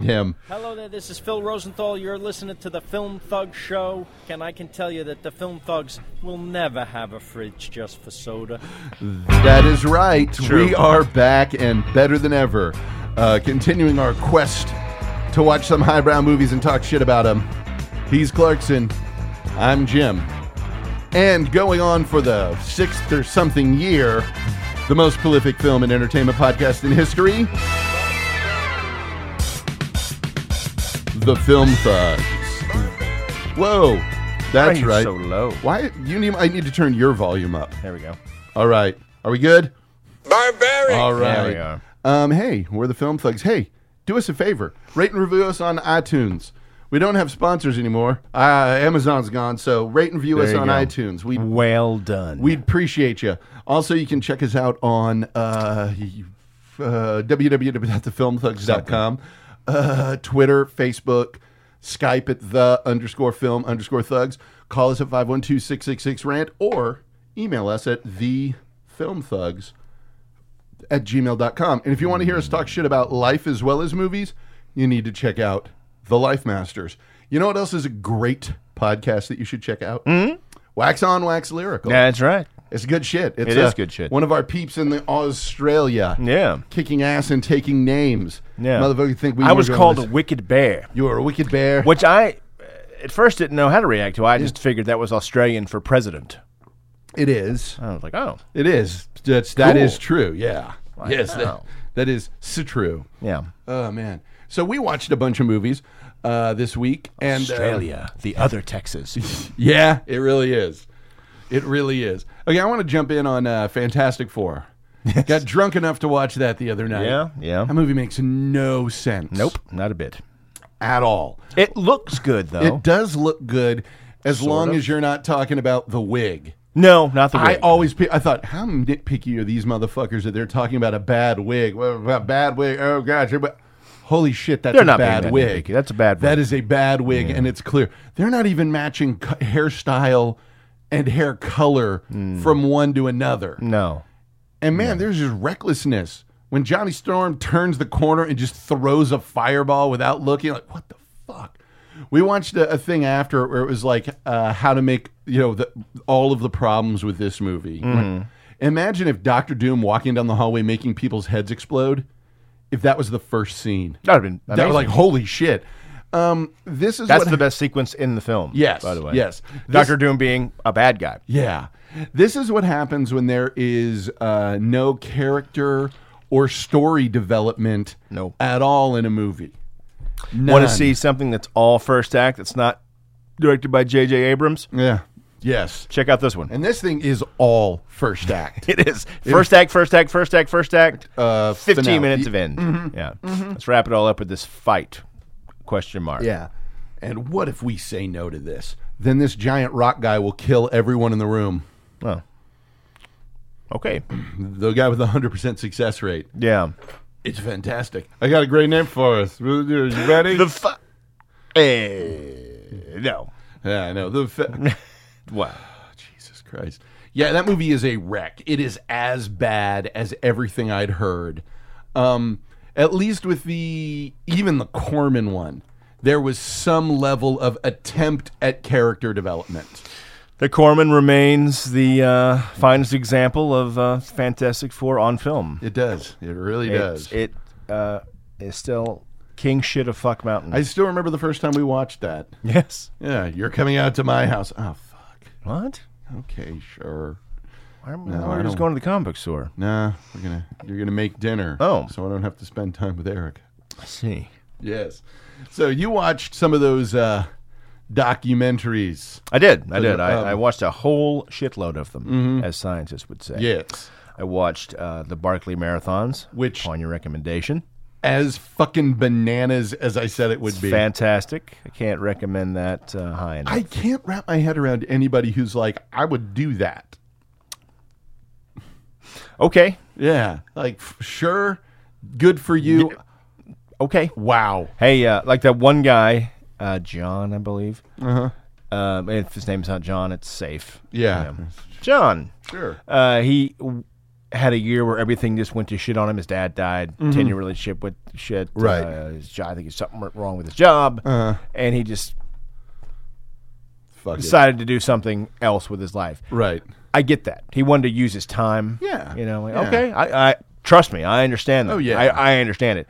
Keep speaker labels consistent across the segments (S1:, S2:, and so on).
S1: him.
S2: Hello there, this is Phil Rosenthal. You're listening to the Film Thug Show, and I can tell you that the Film Thugs will never have a fridge just for soda.
S1: That is right.
S3: True.
S1: We are back and better than ever, uh, continuing our quest to watch some highbrow movies and talk shit about them. He's Clarkson. I'm Jim. And going on for the sixth or something year, the most prolific film and entertainment podcast in history, The Film Thugs. Whoa, that's
S3: Why are you
S1: right.
S3: so low?
S1: Why you need? I need to turn your volume up.
S3: There we go.
S1: All right. Are we good?
S4: Barbaric.
S1: All right.
S3: There we are.
S1: Um, hey, we're the Film Thugs. Hey, do us a favor. Rate and review us on iTunes. We don't have sponsors anymore. Uh, Amazon's gone, so rate and review us
S3: you
S1: on
S3: go.
S1: iTunes. We
S3: Well done.
S1: we'd appreciate you. Also, you can check us out on uh, uh, www.thefilmthugs.com, uh, Twitter, Facebook, Skype at the underscore film underscore thugs. Call us at 512 666 rant or email us at thefilmthugs at gmail.com. And if you want to hear us talk shit about life as well as movies, you need to check out The Life Masters. You know what else is a great podcast that you should check out? Wax on, wax lyrical.
S3: That's right.
S1: It's good shit. It's
S3: It is good shit.
S1: One of our peeps in the Australia.
S3: Yeah.
S1: Kicking ass and taking names.
S3: Yeah.
S1: Motherfucker think we
S3: I
S1: were
S3: was
S1: going
S3: called a
S1: this-
S3: wicked bear,
S1: You were a wicked bear.
S3: which I uh, at first didn't know how to react to. I just figured that was Australian for president.
S1: It is.
S3: I was like, oh,
S1: It is. That's that
S3: Cool.
S1: is true. Yeah. yes. That,
S3: wow.
S1: that is so true.
S3: yeah.
S1: Oh man. So we watched a bunch of movies uh, this week and uh,
S3: Australia, the other Texas.
S1: yeah, it really is. It really is. Okay, I want to jump in on uh, Fantastic Four. Got drunk enough to watch that the other night.
S3: Yeah, yeah.
S1: That movie makes no sense.
S3: nope, not a bit.
S1: At all.
S3: It looks good though.
S1: It does look good as long
S3: of.
S1: as you're not talking about the wig.
S3: no, not the
S1: I
S3: wig.
S1: always, pe- I thought, how nitpicky are these motherfuckers that they're talking about a bad wig? Well, about bad wig. Oh gosh, but holy shit, that's
S3: They're
S1: a
S3: not being
S1: bad
S3: that
S1: wig.
S3: nitpicky. That's a bad
S1: That
S3: wig.
S1: is a bad wig, and it's clear they're not even matching c- hairstyle and hair color
S3: Hmm.
S1: from one to another.
S3: no.
S1: And man, there's just recklessness when Johnny Storm turns the corner and just throws a fireball without looking. Like, what the fuck? We watched a, a thing after where it was like uh, how to make you know the, all of the problems with this movie.
S3: Mm-hmm.
S1: Imagine if Doctor Doom walking down the hallway making people's heads explode. If that was the first scene,
S3: That would have been
S1: that was
S3: amazing.
S1: like holy shit. Um, this is
S3: That's
S1: what
S3: the best sequence in the film.
S1: Yes,
S3: By the way.
S1: yes.
S3: Doctor
S1: This-
S3: Doom being a bad guy.
S1: Yeah. This is what happens when there is uh, no character or story development
S3: No.
S1: at all in a movie.
S3: Want to
S1: None.
S3: see something that's all first act that's not directed by J.J. Abrams?
S1: Yeah. Yes.
S3: Check out this one.
S1: And this thing is all first act.
S3: It is first act, first act, first act, first act.
S1: Uh,
S3: Fifteen
S1: finale.
S3: minutes of end. Yeah, let's wrap it all up with this fight? Question mark.
S1: Yeah. And what if we say no to this? Then this giant rock guy will kill everyone in the room.
S3: Oh. Okay.
S1: The guy with the 100% success rate.
S3: Yeah.
S1: It's fantastic. I got a great name for us. Are you ready?
S3: The fight. no.
S1: yeah, I know. The fa-
S3: Wow.
S1: Jesus Christ. Yeah, that movie is a wreck. It is as bad as everything I'd heard. Um, at least with the even the Corman one, there was some level of attempt at character development.
S3: The Corman remains the uh, finest example of uh, Fantastic Four on film.
S1: It does. It really does.
S3: It uh, is still king shit of fuck mountain.
S1: I still remember the first time we watched that.
S3: yes.
S1: Yeah, you're coming out to my house. Oh fuck.
S3: What?
S1: Okay, sure.
S3: Why am
S1: No,
S3: why are
S1: I
S3: we just
S1: don't-
S3: going to the comic book store?
S1: Nah, we're gonna you're gonna make dinner.
S3: Oh.
S1: so I don't have to spend time with Eric.
S3: I see.
S1: Yes. So you watched some of those uh, documentaries.
S3: I did. I did. I,
S1: um, Mm-hmm.
S3: I watched a whole shitload of them, as scientists would say.
S1: Yes.
S3: I watched uh, the Barclay Marathons,
S1: Which-
S3: on your recommendation,
S1: As fucking bananas as I said it would be.
S3: fantastic. I can't recommend that uh, high enough.
S1: I can't wrap my head around anybody who's like, I would do that.
S3: okay,
S1: Yeah. Like, f- sure. Good for you.
S3: okay.
S1: Wow.
S3: Hey, uh, like that one guy, uh, John, I believe.
S1: Uh-huh.
S3: Uh huh. Um, if his name's not John, it's safe.
S1: Yeah.
S3: John.
S1: Sure.
S3: Uh, he w- had a year where everything just went to shit on him. His dad died. Ten year relationship with shit.
S1: Mm-hmm. Right. Uh-huh.
S3: Uh, his job, I think something went wrong with his job, and he just
S1: Fuck it.
S3: decided to do something else with his life.
S1: Right.
S3: I get that. He wanted to use his time.
S1: Yeah.
S3: You know, like,
S1: Yeah.
S3: okay. I, I trust me. I understand that.
S1: Oh, yeah.
S3: I, I understand it.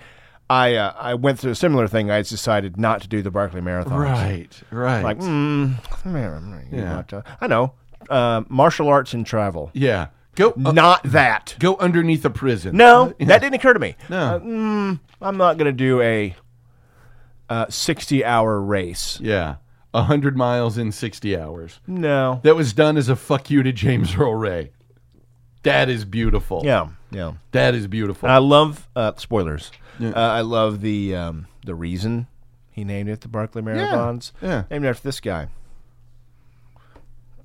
S3: I uh, I went through a similar thing. I just decided not to do the Barkley Marathon.
S1: Right. Right.
S3: Like, mm, I'm gonna- you
S1: Yeah.
S3: know, to- I know. Uh, martial arts and travel.
S1: yeah. Go uh,
S3: not that.
S1: go underneath a prison.
S3: No, that didn't occur to me.
S1: No.
S3: Uh, mm, I'm not going to do a uh, 60 hour race.
S1: Yeah. A hundred miles in sixty hours.
S3: No.
S1: That was done as a fuck you to James Earl Ray. That is beautiful.
S3: Yeah. Yeah.
S1: That is beautiful.
S3: I love uh, spoilers. Uh, I love the um, the reason he named it the Barkley Marathons.
S1: yeah.
S3: Named after this guy.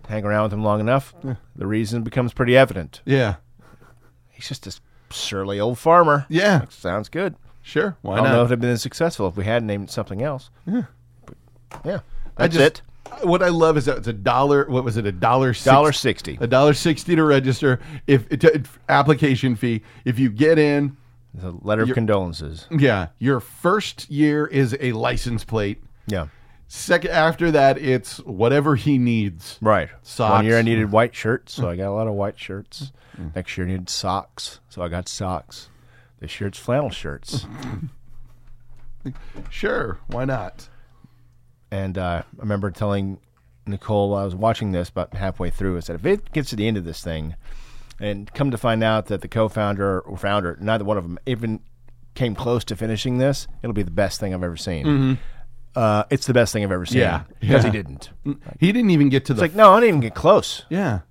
S3: Hang around with him long enough, the reason becomes pretty evident.
S1: yeah.
S3: He's just a surly old farmer.
S1: Yeah.
S3: Sounds good.
S1: Sure. Why
S3: I don't know
S1: not?
S3: if it'd been as successful if we had named it something else. Yeah. yeah. That's
S1: I
S3: it.
S1: just what I love is that it's a dollar. What was it? A dollar.
S3: Dollar
S1: six-
S3: sixty.
S1: A dollar sixty to register. If it, application fee. If you get in,
S3: The letter of condolences.
S1: yeah, your first year is a license plate.
S3: Yeah.
S1: Second after that, it's whatever he needs.
S3: Right.
S1: Socks. Mm.
S3: One year I needed white shirts, so I got a lot of white shirts. Next year I needed socks, so I got socks. This year it's flannel shirts.
S1: Mm-hmm. Sure. Why not?
S3: and uh, I remember telling Nicole while I was watching this about halfway through, I said, if it gets to the end of this thing, and come to find out that the co founder or founder, neither one of them even came close to finishing this, it'll be the best thing I've ever seen. Uh, it's the best thing I've ever seen.
S1: Mm-hmm. Yeah.
S3: Because
S1: Yeah.
S3: he didn't. It's
S1: He didn't even get to the.
S3: like, no, I didn't even get close.
S1: yeah.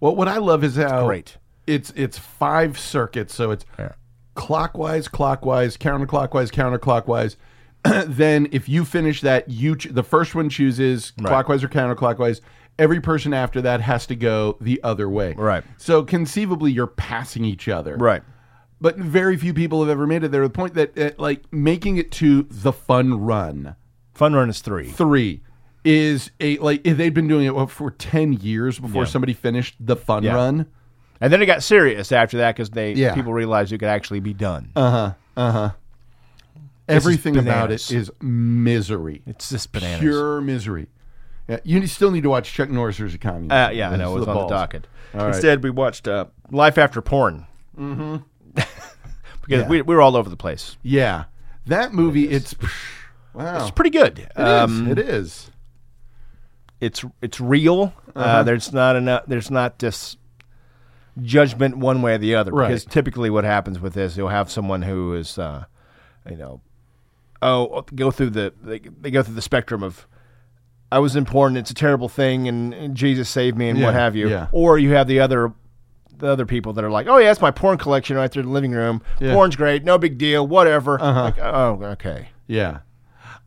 S1: Well, what I love is how
S3: Great.
S1: It's it's five circuits, so it's
S3: Yeah.
S1: clockwise, clockwise, counterclockwise, counterclockwise. then if you finish that, you ch- the first one chooses clockwise or counterclockwise. Every person after that has to go the other way.
S3: Right.
S1: So conceivably, you're passing each other.
S3: Right.
S1: But very few people have ever made it there. The point that uh, like making it to the fun run
S3: Fun Run is three.
S1: three is a like if they'd been doing it what, for ten years before somebody finished the fun
S3: Yeah.
S1: run.
S3: And then it got serious after that because they
S1: Yeah. Uh,
S3: people realized it could actually be done. is
S1: Everything about it
S3: bananas.
S1: is misery.
S3: it's just bananas.
S1: pure misery. Yeah, you still need to watch Chuck Norris versus a communist.
S3: Uh, yeah, I
S1: This
S3: know.
S1: is
S3: It was on
S1: balls.
S3: the docket.
S1: right.
S3: Instead, we watched uh, Life After Porn. Mm-hmm. because we, we were all over the place.
S1: Yeah, that movie. it's wow.
S3: It's pretty good.
S1: Oh. It is,
S3: um,
S1: it is.
S3: It's it's real. uh
S1: Uh-huh.
S3: there's not enough. There's not this judgment one way or the other.
S1: Right.
S3: Because typically, what happens with this, you'll have someone who is, uh, you know, oh, go through the they, they go through the spectrum of. I was in porn. It's a terrible thing, and, and Jesus saved me, and what
S1: Yeah,
S3: have you.
S1: yeah.
S3: Or you have the other, the other people that are like, "Oh yeah, it's my porn collection right there in the living room.
S1: Yeah. Uh-huh.
S3: Porn's great, no big deal, whatever." Like, oh, okay.
S1: Yeah,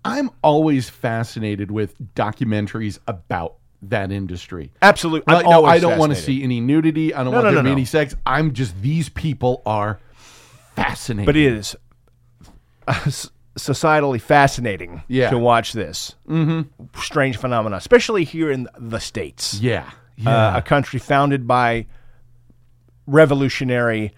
S1: I'm always fascinated with documentaries about that industry.
S3: Absolutely.
S1: Like, no, I don't want to see any nudity. I don't want
S3: no,
S1: there to
S3: no,
S1: be
S3: no.
S1: any sex. I'm just these people are fascinating.
S3: but it is uh, s- societally fascinating
S1: Yeah. Mm-hmm.
S3: to watch this strange phenomena, especially here in the states,
S1: yeah, yeah,
S3: Uh, a country founded by revolutionary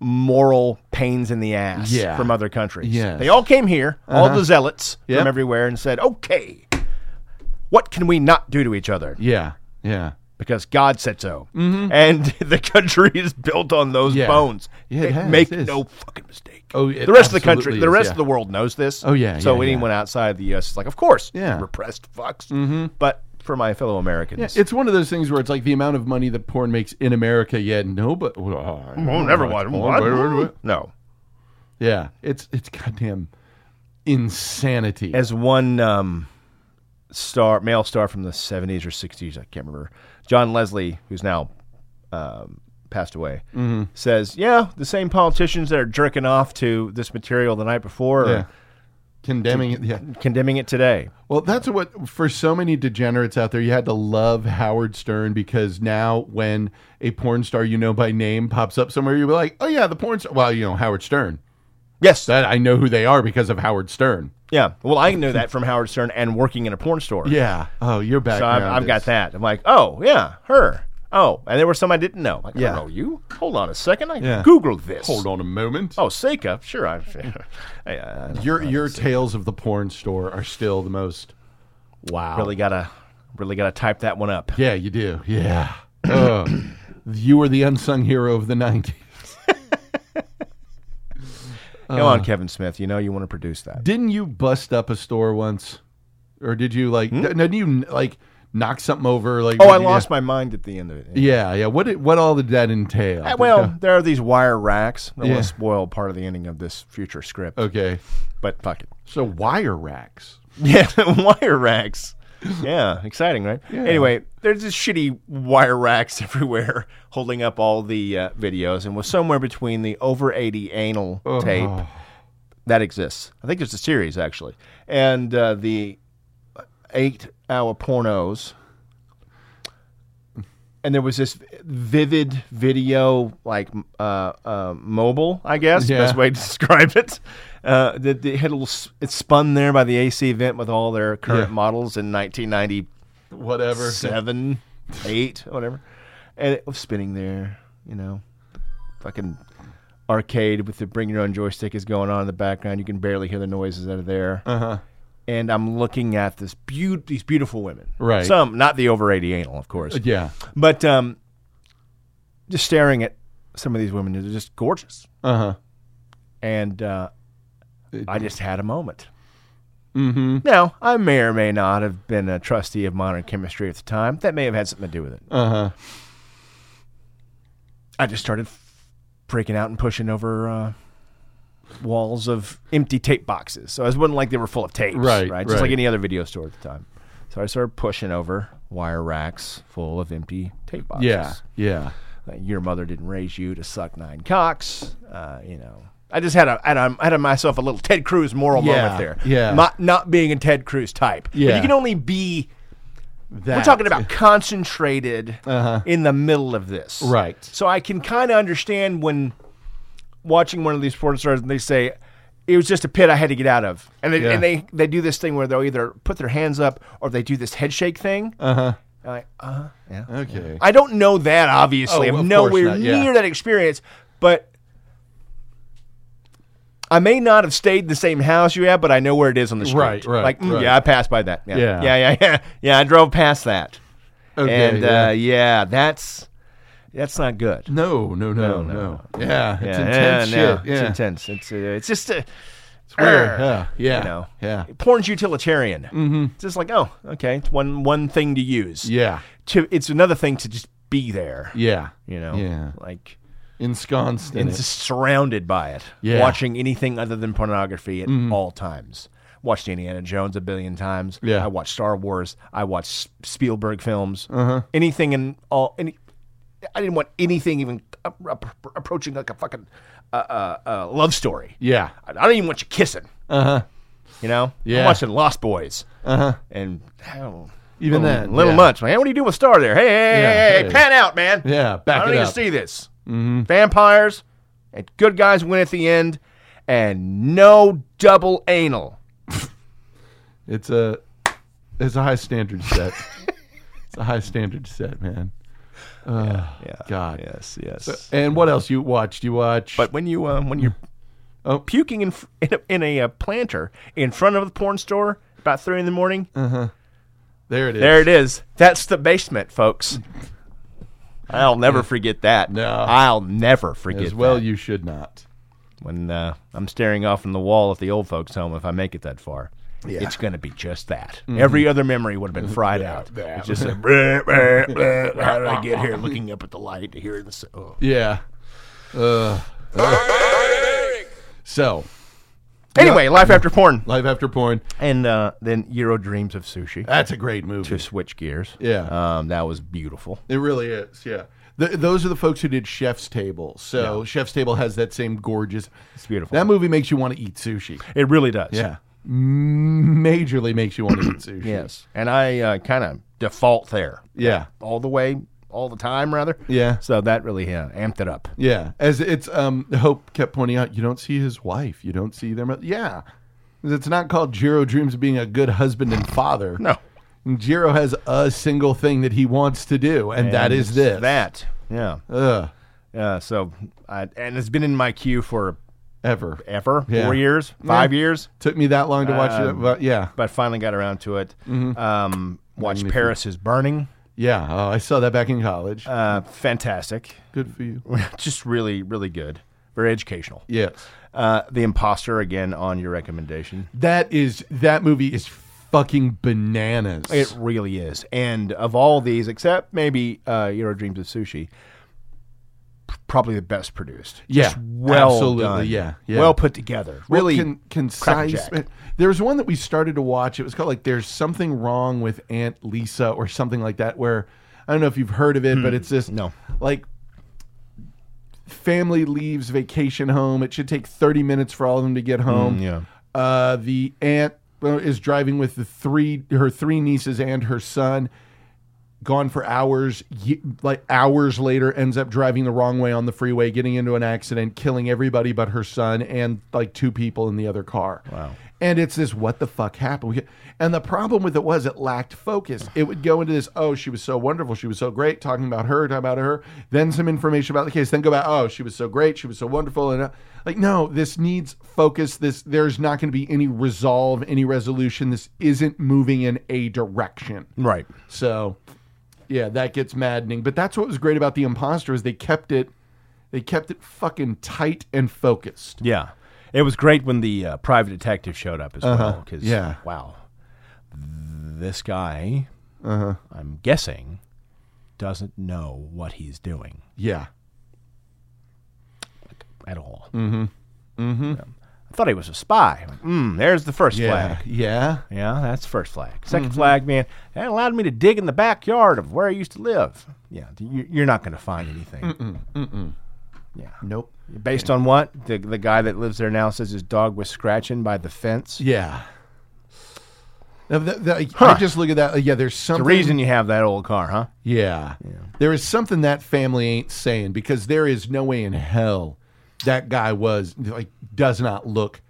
S3: moral pains in the ass
S1: Yeah.
S3: from other countries.
S1: Yes. Uh-huh.
S3: They all came here, all the zealots
S1: Yep.
S3: from everywhere, and said, "Okay, what can we not do to each other?"
S1: yeah, yeah.
S3: because God said so. And the country is built on those
S1: Mm-hmm. Yeah.
S3: bones.
S1: Yeah, it
S3: And
S1: has,
S3: make
S1: it is.
S3: no fucking mistake.
S1: Oh, it
S3: the rest of the country,
S1: absolutely
S3: the
S1: is,
S3: rest
S1: yeah.
S3: of the world knows this.
S1: Oh, yeah,
S3: So
S1: yeah, yeah.
S3: anyone outside the U.S. is like, of course,
S1: Yeah. Mm-hmm.
S3: repressed fucks. But for my fellow Americans,
S1: It's one of those things where it's like the amount of money that porn makes in America. Yet no, but uh,
S3: oh, never mind. What? No.
S1: Yeah, it's it's goddamn insanity.
S3: As one um, star, male star from the 70s or 60s, I can't remember, John Leslie, who's now um, passed away,
S1: Mm-hmm.
S3: says, Yeah, the same politicians that are jerking off to this material the night before
S1: Yeah.
S3: are
S1: Condemning it. Yeah.
S3: condemning it today.
S1: Well, that's what for so many degenerates out there. You had to love Howard Stern because now when a porn star you know by name pops up somewhere, you'll be like, "Oh yeah, the porn star." Well, you know Howard Stern.
S3: Yes.
S1: That I know who they are because of Howard Stern.
S3: yeah. Well, I know that from Howard Stern and working in a porn store.
S1: Yeah. Oh, you're back.
S3: So I've, I've got that. I'm like, oh yeah, her. Oh, and there were some I didn't know. Like, I
S1: Yeah.
S3: don't know you. Hold on a second. I
S1: Yeah.
S3: Googled this.
S1: on a moment.
S3: Oh, Seika. Sure. I, uh, I, I, I
S1: Your your tales of the porn store are still the most.
S3: wow. Really gotta, really gotta type that one up.
S1: Yeah, you do. Yeah. Ugh. you were the unsung hero of the '90s. Uh.
S3: Come on, Kevin Smith. You know you want to produce that.
S1: Didn't you bust up a store once, or did you like? d- Didn't you like knock something over? Like,
S3: Hmm? Oh,
S1: did
S3: I
S1: you-
S3: lost my mind at the end of it.
S1: Yeah, yeah. What did, what all did that entail?
S3: Uh, Well, there are these wire racks. I don't
S1: Yeah. Uh.
S3: want to spoil part of the ending of this future script,
S1: okay.
S3: but fuck it.
S1: So wire racks.
S3: Yeah, wire racks. Yeah, exciting, right? Anyway, there's just shitty wire racks everywhere holding up all the uh, videos, and was somewhere between the over 80 anal tape that exists. I think it's a series, actually, and uh, the eight hour pornos. And there was this vivid video, like uh, uh, mobile, I guess,
S1: Yeah.
S3: best way to describe it. Uh, that they had a little, s- it spun there by the AC event with all their current
S1: Yeah.
S3: models in 1997,
S1: Whatever.
S3: eight, whatever. And it was spinning there, you know, fucking arcade with the bring your own joystick is going on in the background. You can barely hear the noises out of there
S1: Uh huh.
S3: and I'm looking at this beau- these beautiful women.
S1: Right. Uh,
S3: Some, not the over 80 anal, of course.
S1: Yeah.
S3: But um, just staring at some of these women, they're just gorgeous.
S1: Uh huh.
S3: And uh, I just had a moment.
S1: Mm-hmm.
S3: Now, I may or may not have been a trustee of modern chemistry at the time. That may have had something to do with it.
S1: Uh huh.
S3: I just started freaking out and pushing over uh, walls of empty tape boxes. So it wasn't like they were full of tapes,
S1: Right,
S3: Just
S1: right.
S3: like any other video store at the time. So I started pushing over wire racks full of empty tape boxes.
S1: Yeah. Yeah.
S3: Like, your mother didn't raise you to suck nine cocks. Uh, you know, I just had a, had a had a myself a little Ted Cruz moral
S1: Yeah,
S3: moment there.
S1: yeah.
S3: not, not being a Ted Cruz type. But
S1: Yeah.
S3: you can only be. We're
S1: That-
S3: talking about concentrated
S1: Uh-huh.
S3: in the middle of this.
S1: Right.
S3: So I can kind of understand when watching one of these porn stars and they say, it was just a pit I had to get out of. And they,
S1: Yeah.
S3: and they, they do this thing where they'll either put their hands up or they do this head shake thing.
S1: Uh-huh.
S3: And Like, uh-huh, yeah.
S1: Okay.
S3: I don't know that, obviously.
S1: Oh, of
S3: I'm nowhere
S1: course not, yeah.
S3: near that experience, but I may not have stayed in the same house you have, but I know where it is on the street.
S1: Right, right,
S3: Like, mm,
S1: right.
S3: yeah, I passed by that. Yeah,
S1: Yeah.
S3: yeah, yeah, yeah. Yeah, I drove past that.
S1: Okay,
S3: and
S1: yeah.
S3: Uh, yeah, that's that's not good.
S1: No, no, no, no.
S3: No, no,
S1: Yeah, it's
S3: yeah,
S1: intense
S3: yeah, no,
S1: shit. Yeah.
S3: It's intense. It's uh, it's just uh,
S1: It's weird. Yeah, yeah,
S3: you know,
S1: yeah,
S3: porn's utilitarian. Mm-hmm. It's just like, oh, okay, it's one one thing to use.
S1: yeah,
S3: To, it's another thing to just be there.
S1: yeah.
S3: You know,
S1: yeah,
S3: like
S1: ensconced in
S3: and
S1: it.
S3: just surrounded by it.
S1: Yeah. Mm-hmm.
S3: Watching anything other than pornography at all times. Watched Indiana Jones a billion times.
S1: Yeah.
S3: I watched Star Wars. I watched S- Spielberg films.
S1: Uh-huh.
S3: Anything in all any. I didn't want anything even a- a- approaching like a fucking uh, uh, uh, love story.
S1: yeah,
S3: I, I don't even want you kissing. Uh huh. You know.
S1: Uh-huh. Yeah. Uh-huh.
S3: I'm watching Lost Boys. Uh huh. And. oh,
S1: even
S3: little,
S1: then,
S3: little
S1: yeah.
S3: much. Man, what do you do with Star there? Hey, hey,
S1: Yeah,
S3: hey, hey,
S1: hey.
S3: hey, pan out, man.
S1: Yeah, back
S3: I
S1: it
S3: don't need
S1: up. Mm-hmm.
S3: to see this. Vampires and good guys win at the end, and no double anal.
S1: It's a, it's a high standard set. it's a high standard set, man.
S3: Yeah.
S1: God.
S3: Yes. Yes.
S1: And what else you watched? You watched?
S3: but when you um, when you're
S1: Oh.
S3: puking in f- in a, in a uh, planter in front of the porn store about three in the morning,
S1: Uh. there it is.
S3: there it is. That's the basement, folks. I'll never forget that.
S1: No.
S3: I'll never forget
S1: As well,
S3: that.
S1: you should not.
S3: when uh, I'm staring off in the wall at the old folks' home, if I make it that far, it's going to be just that. Every other memory Mm-hmm. would have been fried out. It's just a, bleh, bleh, bleh. how did I get here? Looking up at the light to hear this. Oh.
S1: Yeah. Uh, uh. So,
S3: Anyway, life after porn,
S1: life after porn.
S3: and uh, then Euro Dreams of Sushi.
S1: That's a great movie.
S3: to switch gears,
S1: Yeah.
S3: um, that was beautiful.
S1: It really is, yeah. Th those are the folks who did Chef's Table. So Chef's Table has that same gorgeous.
S3: It's beautiful.
S1: That movie makes you want to eat sushi.
S3: It really does.
S1: M- majorly makes you want to eat sushi.
S3: Yes, and I uh, kind of default there
S1: Yeah.
S3: all the way, all the time, rather.
S1: Yeah.
S3: So that really yeah, amped it up.
S1: Yeah. As it's um Hope kept pointing out, you don't see his wife, you don't see their mo- Yeah. It's not called Jiro Dreams of being a good husband and father.
S3: No.
S1: Jiro has a single thing that he wants to do, and, that is
S3: it's
S1: this.
S3: That. Yeah.
S1: Ugh,
S3: Yeah. Uh, So, I, and it's been in my queue for
S1: ever.
S3: ever
S1: Yeah.
S3: four years, five years.
S1: Took me that long to watch
S3: Uh,
S1: it, but yeah,
S3: But I finally got around to it.
S1: Mm-hmm.
S3: Um, watched Paris is Burning.
S1: yeah. Oh, I saw that back in college.
S3: Uh, fantastic.
S1: Good for you.
S3: Just really, really good. Very educational.
S1: Yes.
S3: Uh, the Imposter, again, on your recommendation.
S1: That is that movie is fucking bananas.
S3: It really is. And of all these, except maybe uh, Euro Dreams of Sushi, p- probably the best produced. Just
S1: Yeah,
S3: well
S1: absolutely,
S3: done.
S1: yeah, yeah.
S3: Well put together.
S1: Well,
S3: Really
S1: con- concise.
S3: crackerjack.
S1: eh, There was one that we started to watch. It was called like "There's Something Wrong with Aunt Lisa" or something like that. Where I don't know if you've heard of it, but it's this
S3: Hmm. No.
S1: like family leaves vacation home. It should take 30 minutes for all of them to get home.
S3: Mm, yeah.
S1: Uh, the aunt uh, is driving with the three her three nieces and her son. Gone for hours, ye- like hours later, ends up driving the wrong way on the freeway, getting into an accident, killing everybody but her son and like two people in the other car. Wow. And it's this what the fuck happened? We- And the problem with it was it lacked focus. It would go into this, oh, she was so wonderful. She was so great, talking about her, talking about her. Then some information about the case. Then go back, oh, she was so great. She was so wonderful. And uh, like, no, this needs focus. This There's not going to be any resolve, any resolution. This isn't moving in a direction.
S3: Right.
S1: So, yeah, that gets maddening. But that's what was great about the imposter is they kept it, they kept it fucking tight and focused.
S3: Yeah. It was great when the uh, private detective showed up as well 'cause well. Because,
S1: Uh-huh. yeah.
S3: wow, this guy,
S1: Uh-huh.
S3: I'm guessing, doesn't know what he's doing
S1: Yeah,
S3: at all. Mm hmm. Mm hmm.
S1: Mm-hmm.
S3: I thought he was a spy. Mm, there's the first flag.
S1: yeah, Mm-hmm. yeah.
S3: Yeah, that's first flag. 2nd flag, man, that allowed me to dig in the backyard of where I used to live. Yeah, you- you're not going to find anything. Yeah.
S1: Nope.
S3: Based on what? The, the guy that lives there now says his dog was scratching by the fence.
S1: Yeah. Now, that- that- I
S3: Huh.
S1: just look at that. like, Yeah, there's
S3: The
S1: something.
S3: reason you have that old car, huh?
S1: Yeah. There is something that family ain't saying because there is no way in hell that guy was like does not look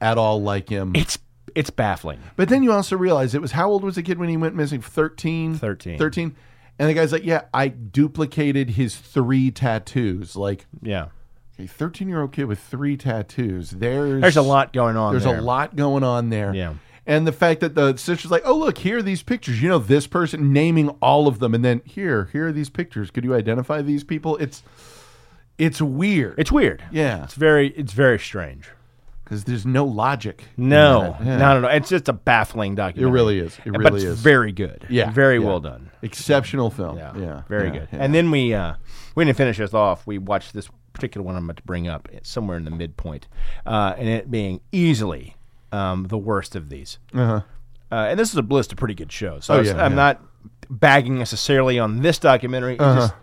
S1: at all like him.
S3: It's it's baffling.
S1: But then you also realize it was how old was the kid when he went missing? 13?
S3: 13.
S1: 13. And the guy's like, yeah, I duplicated his three tattoos. Like,
S3: Yeah.
S1: a 13 year old kid with three tattoos. There's,
S3: There's a lot going on
S1: There's
S3: there.
S1: a lot going on there.
S3: Yeah.
S1: And the fact that the sister's like, oh, look, here are these pictures. You know, this person, naming all of them. And then here, here are these pictures. Could you identify these people? It's, it's weird.
S3: It's weird.
S1: yeah.
S3: It's very it's very strange.
S1: Because there's no logic.
S3: No,
S1: Yeah.
S3: not at all. It's just a baffling
S1: It
S3: documentary.
S1: really is. It
S3: but
S1: really
S3: it's
S1: is.
S3: very good.
S1: Yeah,
S3: Very
S1: yeah.
S3: well done.
S1: Exceptional film.
S3: Yeah,
S1: Yeah.
S3: very
S1: yeah,
S3: good.
S1: yeah.
S3: And then we uh, we didn't finish this off. We watched this particular one I'm about to bring up it's somewhere in the midpoint, uh, and it being easily um, the worst of these. Uh-huh. and this is a list of pretty good shows. So
S1: Oh,
S3: it's-
S1: yeah,
S3: I'm
S1: yeah.
S3: not bagging necessarily on this documentary. It's just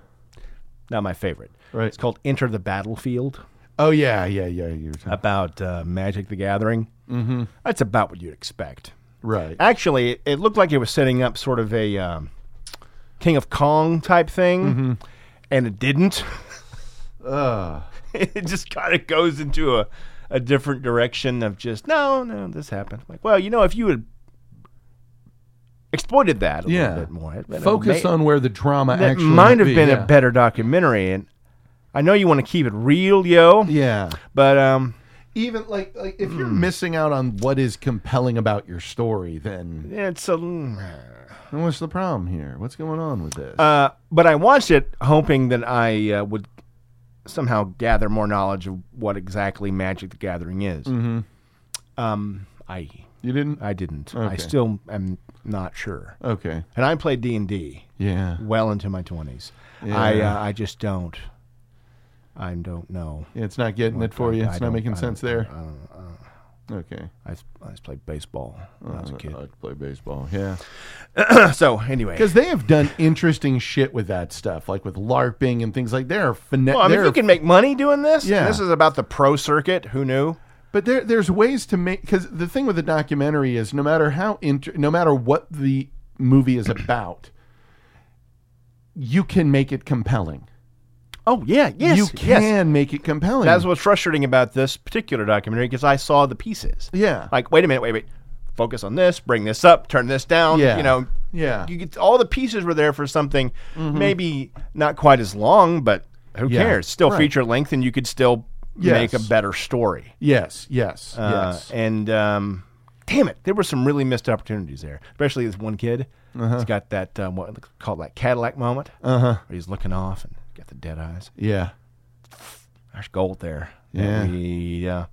S3: not my favorite.
S1: Uh-huh. Right.
S3: It's called Enter the Battlefield
S1: Oh yeah, yeah, yeah. You were talking.
S3: about uh, Magic the Gathering. Mm-hmm. That's about what you'd expect.
S1: right.
S3: Actually, it- it looked like it was setting up sort of a um, King of Kong type thing,
S1: Mm-hmm.
S3: and it didn't. it just kind of goes into a, a different direction of just no, no, this happened. Like, well, you know, if you had exploited that a
S1: Yeah.
S3: little bit more, it, it
S1: Focus
S3: may-
S1: on where the drama
S3: that
S1: actually
S3: might
S1: would
S3: have
S1: be,
S3: been
S1: yeah.
S3: a better documentary. And I know you want to keep it real, yo,
S1: Yeah.
S3: but um,
S1: Even like like if you're
S3: Hmm.
S1: missing out on what is compelling about your story, then
S3: it's a. mm,
S1: then what's the problem here? What's going on with this?
S3: Uh, but I watched it hoping that I uh, would somehow gather more knowledge of what exactly Magic the Gathering is. Mm-hmm. Um, I
S1: you didn't.
S3: I didn't. I
S1: Okay.
S3: still am not sure.
S1: okay.
S3: And I played D and D
S1: Yeah.
S3: well into my twenties. I
S1: Yeah.
S3: uh, I just don't. I don't know.
S1: Yeah, It's not getting it for you.
S3: I
S1: It's not
S3: don't-
S1: making
S3: I
S1: sense
S3: don't-
S1: there.
S3: I, don't-
S1: Okay.
S3: I, s- I just played baseball when I was a
S1: I
S3: kid.
S1: like to play baseball. Yeah.
S3: so anyway,
S1: Because they have done interesting shit with that stuff, like with LARPing and things like. There are finesse.
S3: well, I mean, if you can make money doing this.
S1: Yeah.
S3: this is about the pro circuit. Who knew?
S1: But there, there's ways to make because the thing with the documentary is no matter how inter, no matter what the movie is about, you can make it compelling.
S3: Oh yeah, yes,
S1: you
S3: yes.
S1: can make it compelling.
S3: That's what's frustrating about this particular documentary because I saw the pieces.
S1: yeah,
S3: Like, wait a minute, wait, wait. Focus on this, bring this up, turn this down.
S1: Yeah.
S3: You know,
S1: Yeah. Mm-hmm.
S3: you get all the pieces were there for something maybe not quite as long, but who
S1: Yeah,
S3: cares? Still
S1: right.
S3: feature length, and you could still make a
S1: Yes.
S3: better story.
S1: Yes, yes,
S3: Uh,
S1: yes.
S3: And um, damn it, there were some really missed opportunities there, especially this one kid.
S1: Uh-huh.
S3: He's got that um, what they call that Cadillac moment, uh-huh. where he's looking off and got the dead eyes.
S1: yeah.
S3: There's gold there. that
S1: Yeah.
S3: we, uh,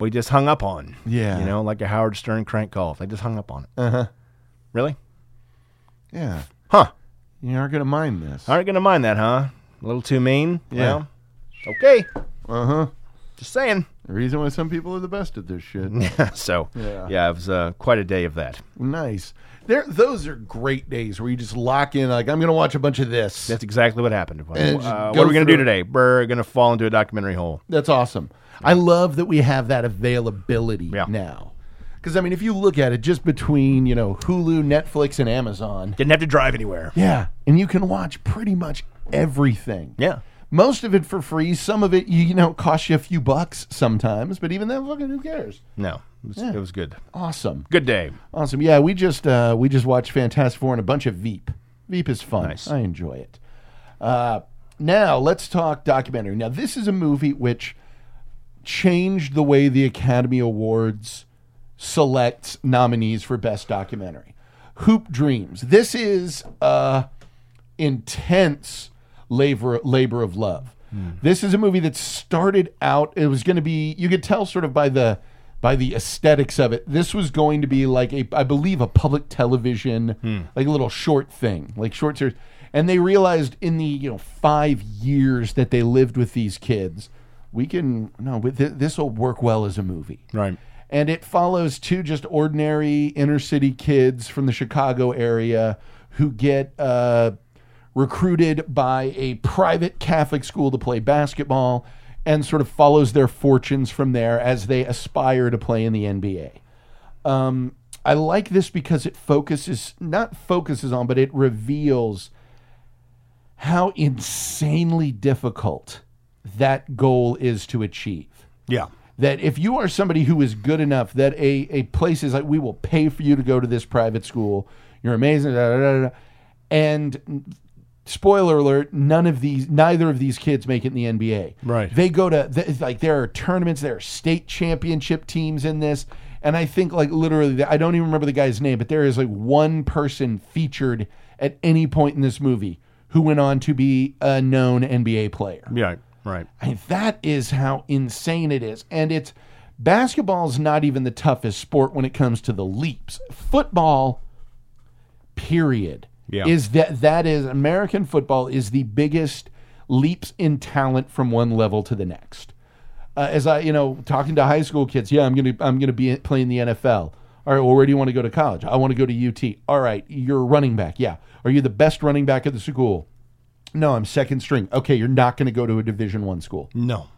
S3: we just hung up on.
S1: Yeah. Uh-huh.
S3: you know, like a Howard Stern crank call. They just hung up on it. Uh huh. Really?
S1: Yeah.
S3: Huh.
S1: You aren't going to mind this.
S3: Aren't gonna mind that, huh? A little too mean.
S1: Yeah.
S3: Well, okay.
S1: Uh huh.
S3: Just saying.
S1: The reason why some people are the best at this shit.
S3: so
S1: Yeah.
S3: yeah, it was uh, quite a day of that.
S1: nice. There, those are great days where you just lock in. Like I'm going to watch a bunch of this.
S3: That's exactly what happened.
S1: And just
S3: Uh,
S1: go
S3: what are we gonna
S1: through
S3: do
S1: it.
S3: today? We're gonna fall into a documentary hole.
S1: That's awesome. I love that we have that availability
S3: Yeah.
S1: now. Because I mean, if you look at it, just between you know Hulu, Netflix, and Amazon,
S3: Didn't have to drive anywhere.
S1: yeah, and you can watch pretty much everything.
S3: Yeah.
S1: most of it for free. Some of it, you, you know, costs you a few bucks sometimes. But even then, fucking who cares?
S3: No, it was, it was good.
S1: Awesome,
S3: Good day.
S1: awesome. Yeah, we just uh, we just watched Fantastic Four and a bunch of Veep. Veep is fun.
S3: Nice.
S1: I enjoy it. Uh, now let's talk documentary. Now this is a movie which changed the way the Academy Awards selects nominees for best documentary. Hoop Dreams. This is a intense labor labor of love. This is a movie that started out. It was going to be. You could tell sort of by the by the aesthetics of it. This was going to be like a, I believe, a public television, like a little short thing, like short series. And they realized in the you know five years that they lived with these kids, we can no, with thi- this will work well as a movie,
S3: Right.
S1: and it follows two just ordinary inner city kids from the Chicago area who get uh, recruited by a private Catholic school to play basketball and sort of follows their fortunes from there as they aspire to play in the NBA. Um, I like this because it focuses, not focuses on, but it reveals how insanely difficult that goal is to achieve
S3: Yeah.
S1: that if you are somebody who is good enough that a, a place is like we will pay for you to go to this private school you're amazing da, da, da, da, da. and spoiler alert none of these neither of these kids make it in the nba
S3: Right.
S1: they go to th- like there are tournaments there are state championship teams in this and i think like literally the, i don't even remember the guy's name but there is like one person featured at any point in this movie who went on to be a known nba player
S3: Yeah. Right.
S1: I mean, that is how insane it is. And it's basketball's not even the toughest sport when it comes to the leaps. Football, period.
S3: Yeah.
S1: Is that that is American football is the biggest leaps in talent from one level to the next. Uh, as I, you know, talking to high school kids, yeah, I'm gonna I'm gonna be playing the NFL. All right, well, where do you want to go to college? I want to go to UT. All right, you're a running back. Yeah, are you the best running back at the school? No, I'm second string. Okay, you're not going to go to a Division One school.
S3: No.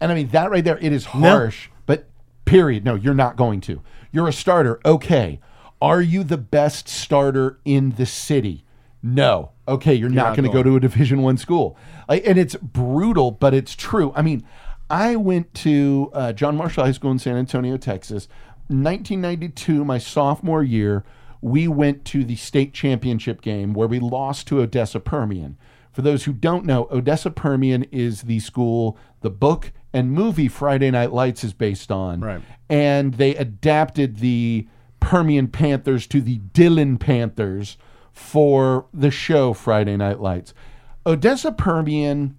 S1: And I mean that right there, it is harsh, but period. No, you're not going to. You're a starter. Okay. Are you the best starter in the city? No. Okay, you're, not,
S3: not
S1: going to go
S3: going.
S1: to a Division One school. Like, and it's brutal, but it's true. I mean, I went to uh, John Marshall High School in San Antonio, Texas, 1992, my sophomore year. We went to the state championship game where we lost to Odessa Permian. For those who don't know, Odessa Permian is the school the book and movie Friday Night Lights is based on.
S3: Right.
S1: And they adapted the Permian Panthers to the Dillon Panthers for the show Friday Night Lights. Odessa Permian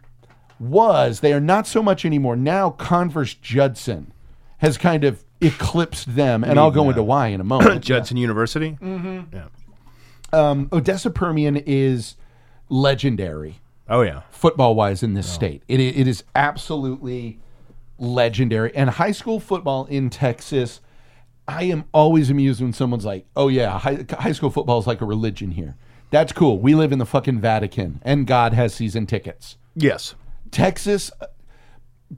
S1: was, they are not so much anymore. Now Converse Judson has kind of eclipsed them, and I'll go into why in a moment.
S3: Judson University. Mm-hmm. Yeah.
S1: Um, Odessa Permian is legendary
S3: Oh yeah.
S1: football wise in this state. It, i- it is absolutely legendary. And high school football in Texas, I am always amused when someone's like, oh, yeah, high, high school football is like a religion here. That's cool. We live in the fucking Vatican and God has season tickets.
S3: Yes.
S1: Texas, uh,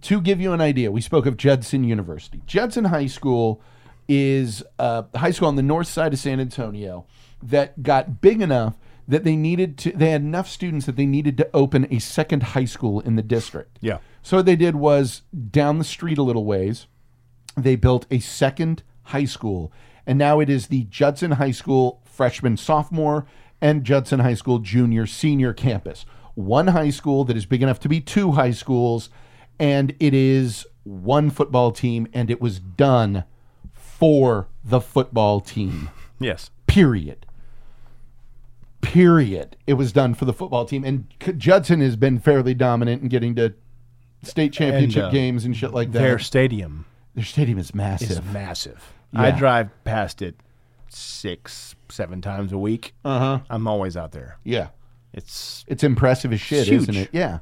S1: to give you an idea, we spoke of Judson University. Judson High School is a high school on the north side of San Antonio that got big enough that they needed to, they had enough students that they needed to open a second high school in the district.
S3: Yeah.
S1: So what they did was down the street a little ways, they built a second High School. And now it is the Judson High School freshman sophomore and Judson High School junior senior campus. One high school that is big enough to be two high schools, and it is one football team, and it was done for the football team
S4: Yes.
S1: period. Period. It was done for the football team, and C- Judson has been fairly dominant in getting to state championship
S4: uh,
S1: games and shit like that.
S4: Their
S1: Their,
S4: stadium
S1: stadium is
S4: is
S1: massive.
S4: massive.
S3: I
S1: Yeah.
S3: drive past it six, seven times a week. Uh huh. I'm always out there.
S1: yeah,
S3: It's
S1: it's impressive as shit,
S3: It's huge.
S1: isn't it? Yeah,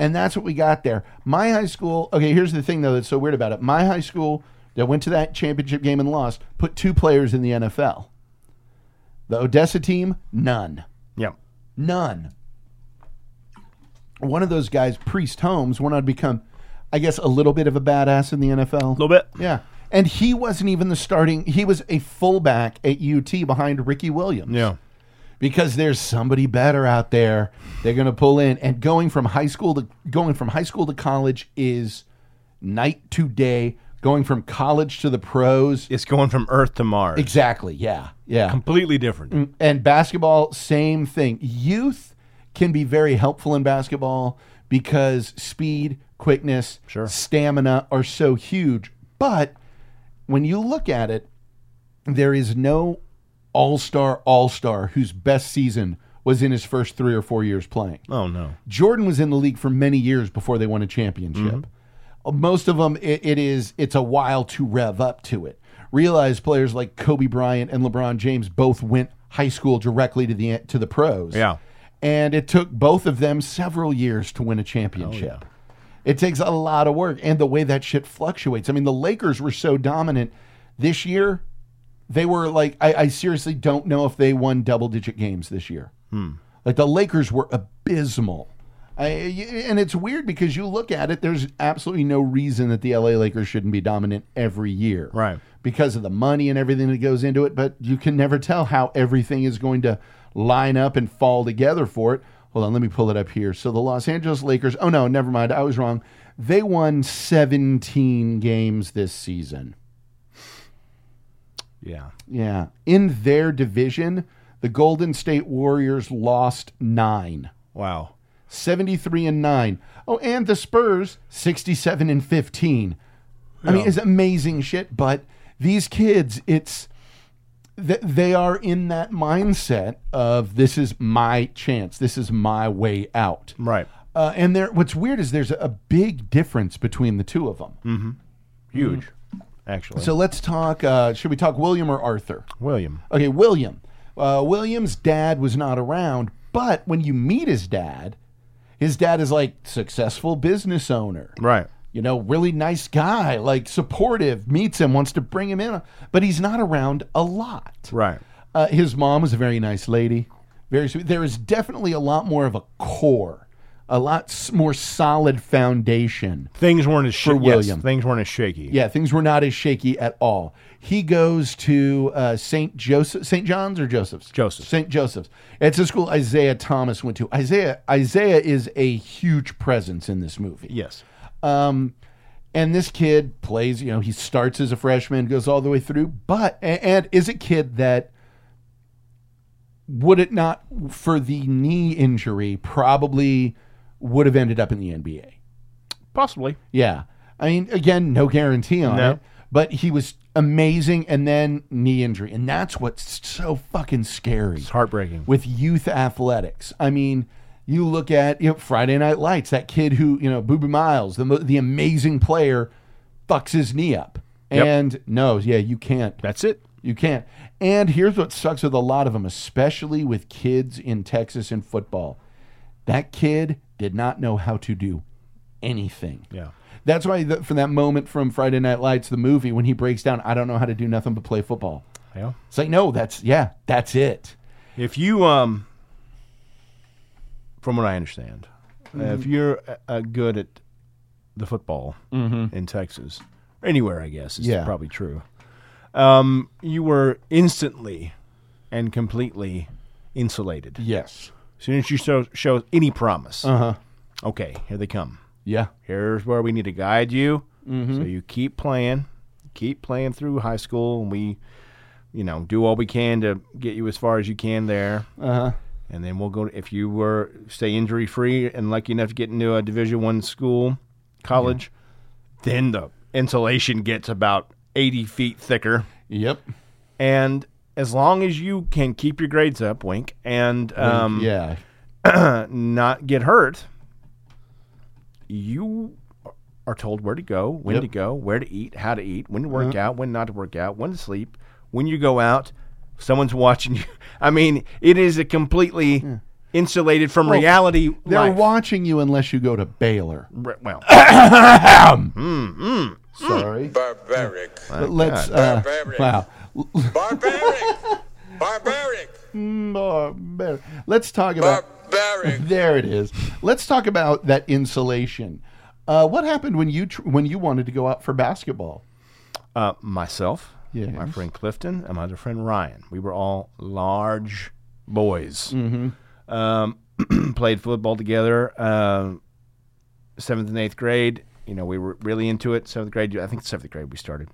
S1: and that's what we got there. My high school. Okay, here's the thing though that's so weird about it. My high school that went to that championship game and lost put two players in the NFL. The Odessa team, none.
S3: yeah.
S1: None. One of those guys, Priest Holmes, went on to become, I guess, a little bit of a badass in the NFL.
S4: A little bit.
S1: Yeah. And he wasn't even the starting, he was a fullback at UT behind Ricky Williams.
S3: Yeah.
S1: Because there's somebody better out there. They're going to pull in and going from high school to going from high school to college is night to day. Going from college to the pros.
S3: It's going from Earth to Mars. Mm.
S1: Exactly. Yeah. Yeah
S4: Completely different.
S1: and basketball, same thing. Youth can be very helpful in basketball because speed, quickness, stamina are so huge. But when you look at it, there is no all star, all star whose best season was in his first three or four years playing.
S3: Oh no.
S1: Jordan was in the league for many years before they won a championship. Uh, Most of them, it, it is it's a while to rev up to it. Realize players like Kobe Bryant and LeBron James both went high school directly to the to the pros.
S3: Yeah.
S1: and it took both of them several years to win a championship. It takes a lot of work, and the way that shit fluctuates. I mean, the Lakers were so dominant this year. They were like, I, I seriously don't know if they won double digit games this year. Like the Lakers were abysmal. I, and it's weird because you look at it, there's absolutely no reason that the LA Lakers shouldn't be dominant every year.
S3: Right.
S1: Because of the money and everything that goes into it, but you can never tell how everything is going to line up and fall together for it. Hold on, let me pull it up here. So the Los Angeles Lakers, oh no, never mind. I was wrong. They won 17 games this season.
S3: Yeah.
S1: Yeah. In their division, the Golden State Warriors lost nine.
S3: Wow.
S1: 73 and 9. Oh, and the Spurs 67 and 15. I mean, it's amazing shit, but these kids, it's th- they are in that mindset of this is my chance. This is my way out.
S3: Right.
S1: Uh, and there what's weird is there's a big difference between the two of them.
S3: Huge. Actually.
S1: So let's talk uh, should we talk William or Arthur?
S3: William.
S1: Okay, William. Uh, William's dad was not around, but when you meet his dad, his dad is like successful business owner.
S3: Right.
S1: You know, really nice guy, like supportive, meets him, wants to bring him in, but he's not around a lot.
S3: Right.
S1: Uh, his mom was a very nice lady. Very sweet. There is definitely a lot more of a core, a lot s- more solid foundation
S3: Things weren't as sh- yes,
S1: William.
S3: things weren't as shaky.
S1: yeah, things were not as shaky at all. He goes to uh, Saint Joseph, Saint John's or Joseph's.
S3: Joseph's.
S1: Saint Joseph's. It's a school Isaiah Thomas went to. Isaiah Isaiah is a huge presence in this movie.
S3: Yes.
S1: Um, and this kid plays. You know, he starts as a freshman, goes all the way through, but and, and is a kid that would it not for the knee injury probably would have ended up in the NBA.
S3: Possibly.
S1: Yeah. I mean, again, no guarantee on
S3: No.
S1: it, but he was amazing and then knee injury. And that's what's so fucking scary
S3: It's heartbreaking.
S1: with youth athletics. I mean, you look at you know, Friday Night Lights, that kid who, you know, Boo Boo Miles, the, mo- the amazing player, fucks his knee up.
S3: Yep.
S1: And no, yeah, you can't.
S3: That's it.
S1: You can't. And here's what sucks with a lot of them, especially with kids in Texas in football. That kid did not know how to do anything.
S3: Yeah.
S1: That's why the, from that moment from Friday Night Lights, the movie, when he breaks down, I don't know how to do nothing but play football.
S3: Yeah.
S1: It's like, no, that's yeah, that's it.
S3: If you um from what I understand, if you're uh, good at the football in Texas, anywhere I guess, it's
S1: Yeah.
S3: probably true. Um you were instantly and completely insulated.
S1: Yes.
S3: As soon as you show, show any promise,
S1: Uh huh.
S3: okay, here they come.
S1: Yeah.
S3: Here's where we need to guide you. So you keep playing, keep playing through high school, and we, you know, do all we can to get you as far as you can there.
S1: Uh-huh.
S3: and then we'll go if you were stay injury free and lucky enough to get into a division one school college then the insulation gets about 80 feet thicker
S1: Yep.
S3: and as long as you can keep your grades up wink and um,
S1: yeah.
S3: not get hurt you are told where to go when
S1: Yep. Mm-hmm.
S3: to go where to eat how to eat when to work out when not to work out when to sleep when you go out someone's watching you i mean it is a completely insulated from reality
S1: Mm. They're
S3: life.
S1: watching you unless you go to Baylor.
S3: Re- well
S1: Mm. Sorry.
S4: Barbaric.
S1: But let's. Uh,
S4: Barbaric.
S1: wow.
S4: Barbaric. Barbaric.
S1: Barbar- mm, oh, Let's talk about.
S4: Barbaric.
S1: There it is. Let's talk about that insulation. Uh, what happened when you tr- when you wanted to go out for basketball?
S3: uh, myself my
S1: Yes.
S3: friend clifton and my other friend ryan we were all large boys
S1: Mm-hmm.
S3: um, played football together um, seventh and eighth grade. You know, we were really into it. Seventh grade, I think seventh grade we started,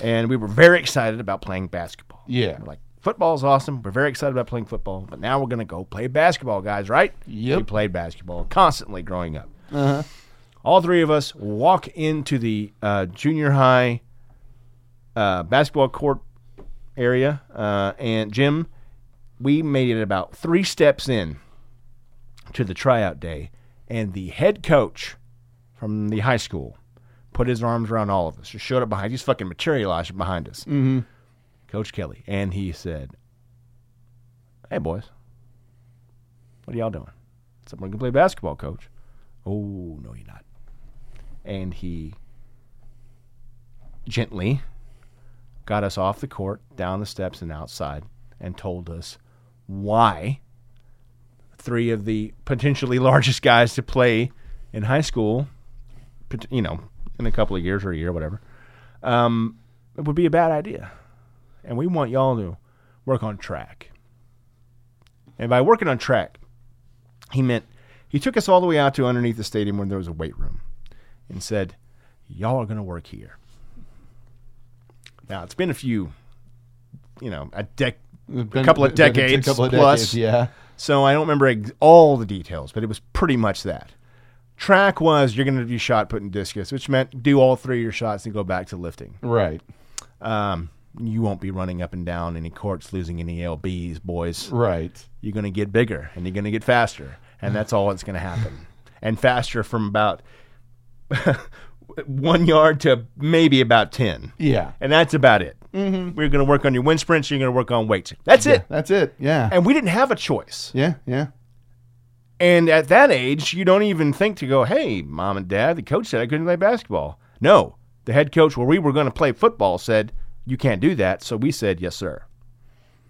S3: and we were very excited about playing basketball.
S1: Yeah.
S3: we're like football's awesome. We're very excited about playing football, but now we're gonna go play basketball, guys. Right?
S1: Yep.
S3: We played basketball constantly growing up. Uh-huh. All three of us walk into the uh, junior high uh, basketball court area uh, and gym. We made it about three steps in to the tryout day, and the head coach from the high school put his arms around all of us. Just showed up behind. He's fucking materialized behind us. Mm-hmm. Coach Kelly, and he said, "Hey boys, what are y'all doing? So we're gonna play basketball, coach." Oh no, you're not. And he gently got us off the court, down the steps, and outside, and told us why three of the potentially largest guys to play in high school, pot- you know, in a couple of years or a year, whatever, um, it would be a bad idea. And we want y'all to work on track. And by working on track, he meant he took us all the way out to underneath the stadium where there was a weight room and said, Y'all are going to work here. Now, it's been a few, you know, a, dec- a couple of
S1: Been- been- been
S3: decades
S1: a couple of
S3: plus.
S1: decades, yeah.
S3: So I don't remember ex- all the details, but it was pretty much that. Track was you're going to do shot put and discus, which meant do all three of your shots and go back to lifting.
S1: Right.
S3: Um, you won't be running up and down any courts, losing any lbs, boys.
S1: Right.
S3: You're going to get bigger and you're going to get faster, and that's all that's going to happen. and faster from about one yard to maybe about ten,
S1: Yeah.
S3: and that's about it. Mm-hmm. We're going to work on your wind sprints. You're going to work on weights. That's it.
S1: That's it. Yeah.
S3: And we didn't have a choice.
S1: yeah. Yeah.
S3: And at that age, you don't even think to go, hey, mom and dad, the coach said I couldn't play basketball. No, the head coach where we were going to play football said, you can't do that. So we said, yes, sir.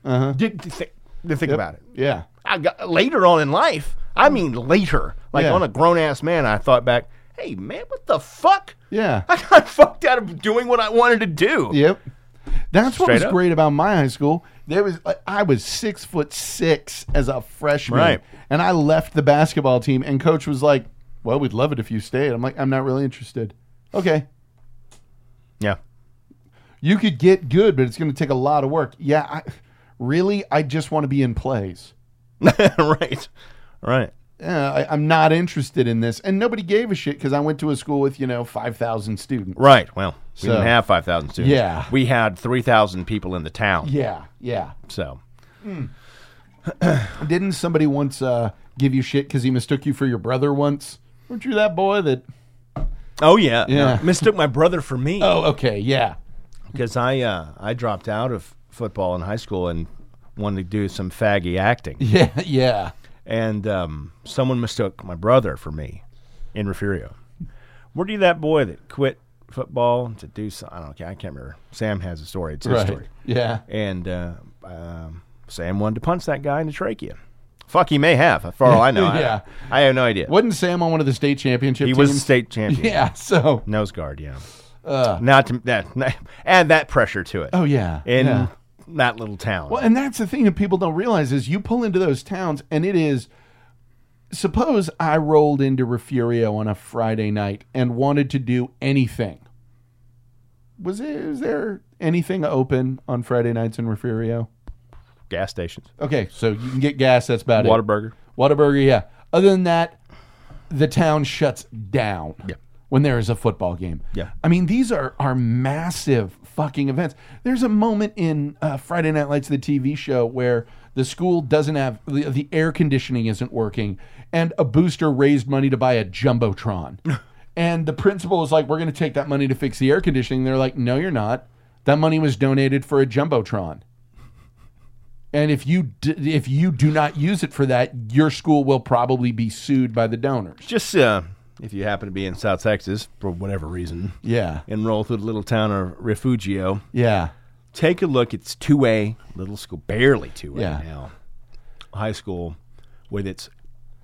S3: Uh-huh. Did, did think, did think about it.
S1: Yeah.
S3: I got, later on in life, I mean later, like
S1: Yeah.
S3: on a grown ass man, I thought back, hey, man, what the fuck?
S1: Yeah.
S3: I got fucked out of doing what I wanted to do.
S1: Yep. That's what
S3: Straight
S1: was
S3: up.
S1: great about my high school. There was I was six foot six as a freshman,
S3: Right.
S1: and I left the basketball team. And coach was like, "Well, we'd love it if you stayed." I'm like, "I'm not really interested." Okay,
S3: Yeah.
S1: you could get good, but it's going to take a lot of work. Yeah, I, really, I just want to be in plays.
S3: right. Right.
S1: Uh, I, I'm not interested in this, and nobody gave a shit because I went to a school with you know five thousand students.
S3: Right. Well, we
S1: So-
S3: didn't have 5,000 students.
S1: Yeah.
S3: We had 3,000 people in the town.
S1: Yeah, yeah.
S3: So.
S1: Didn't somebody once uh, give you shit because he mistook you for your brother once? Weren't you that boy that?
S3: Oh yeah,
S1: Yeah.
S3: No, mistook my brother for me
S1: Oh, okay, yeah.
S3: because I uh, I dropped out of football in high school and wanted to do some faggy acting,
S1: Yeah, yeah.
S3: and um, someone mistook my brother for me in Refurio. Were you that boy that quit football to do some? I don't. I can't remember. Sam has a story. It's his story.
S1: Yeah.
S3: And uh, um, Sam wanted to punch that guy in the trachea. Fuck, he may have. For all I know, I-
S1: Yeah.
S3: I, have no idea.
S1: Wasn't Sam on one of the state championship
S3: he
S1: teams?
S3: was state champion.
S1: Yeah, so.
S3: Nose guard. Yeah. not to that. add that pressure to it.
S1: Oh, yeah.
S3: in
S1: yeah.
S3: that little town.
S1: Well, and that's the thing that people don't realize is you pull into those towns and it is. Suppose I rolled into Refurio on a Friday night and wanted to do anything. was there, was there anything open on Friday nights in Refugio?
S3: Gas stations.
S1: Okay, so you can get gas. That's about it.
S3: Whataburger.
S1: Whataburger, yeah. Other than that, the town shuts down
S3: Yeah.
S1: when there is a football game.
S3: Yeah.
S1: I mean, these are, are massive fucking events. There's a moment in uh, Friday Night Lights, the TV show, where the school doesn't have the, the air conditioning isn't working, and a booster raised money to buy a Jumbotron. and the principal is like, We're going to take that money to fix the air conditioning. They're like, No, you're not. That money was donated for a Jumbotron. And if you d- if you do not use it for that, your school will probably be sued by the donors.
S3: Just uh, if you happen to be in South Texas for whatever reason,
S1: Yeah,
S3: and roll through the little town of Refugio,
S1: yeah,
S3: take a look. It's two A, little school, barely two A
S1: Yeah.
S3: now. High school with its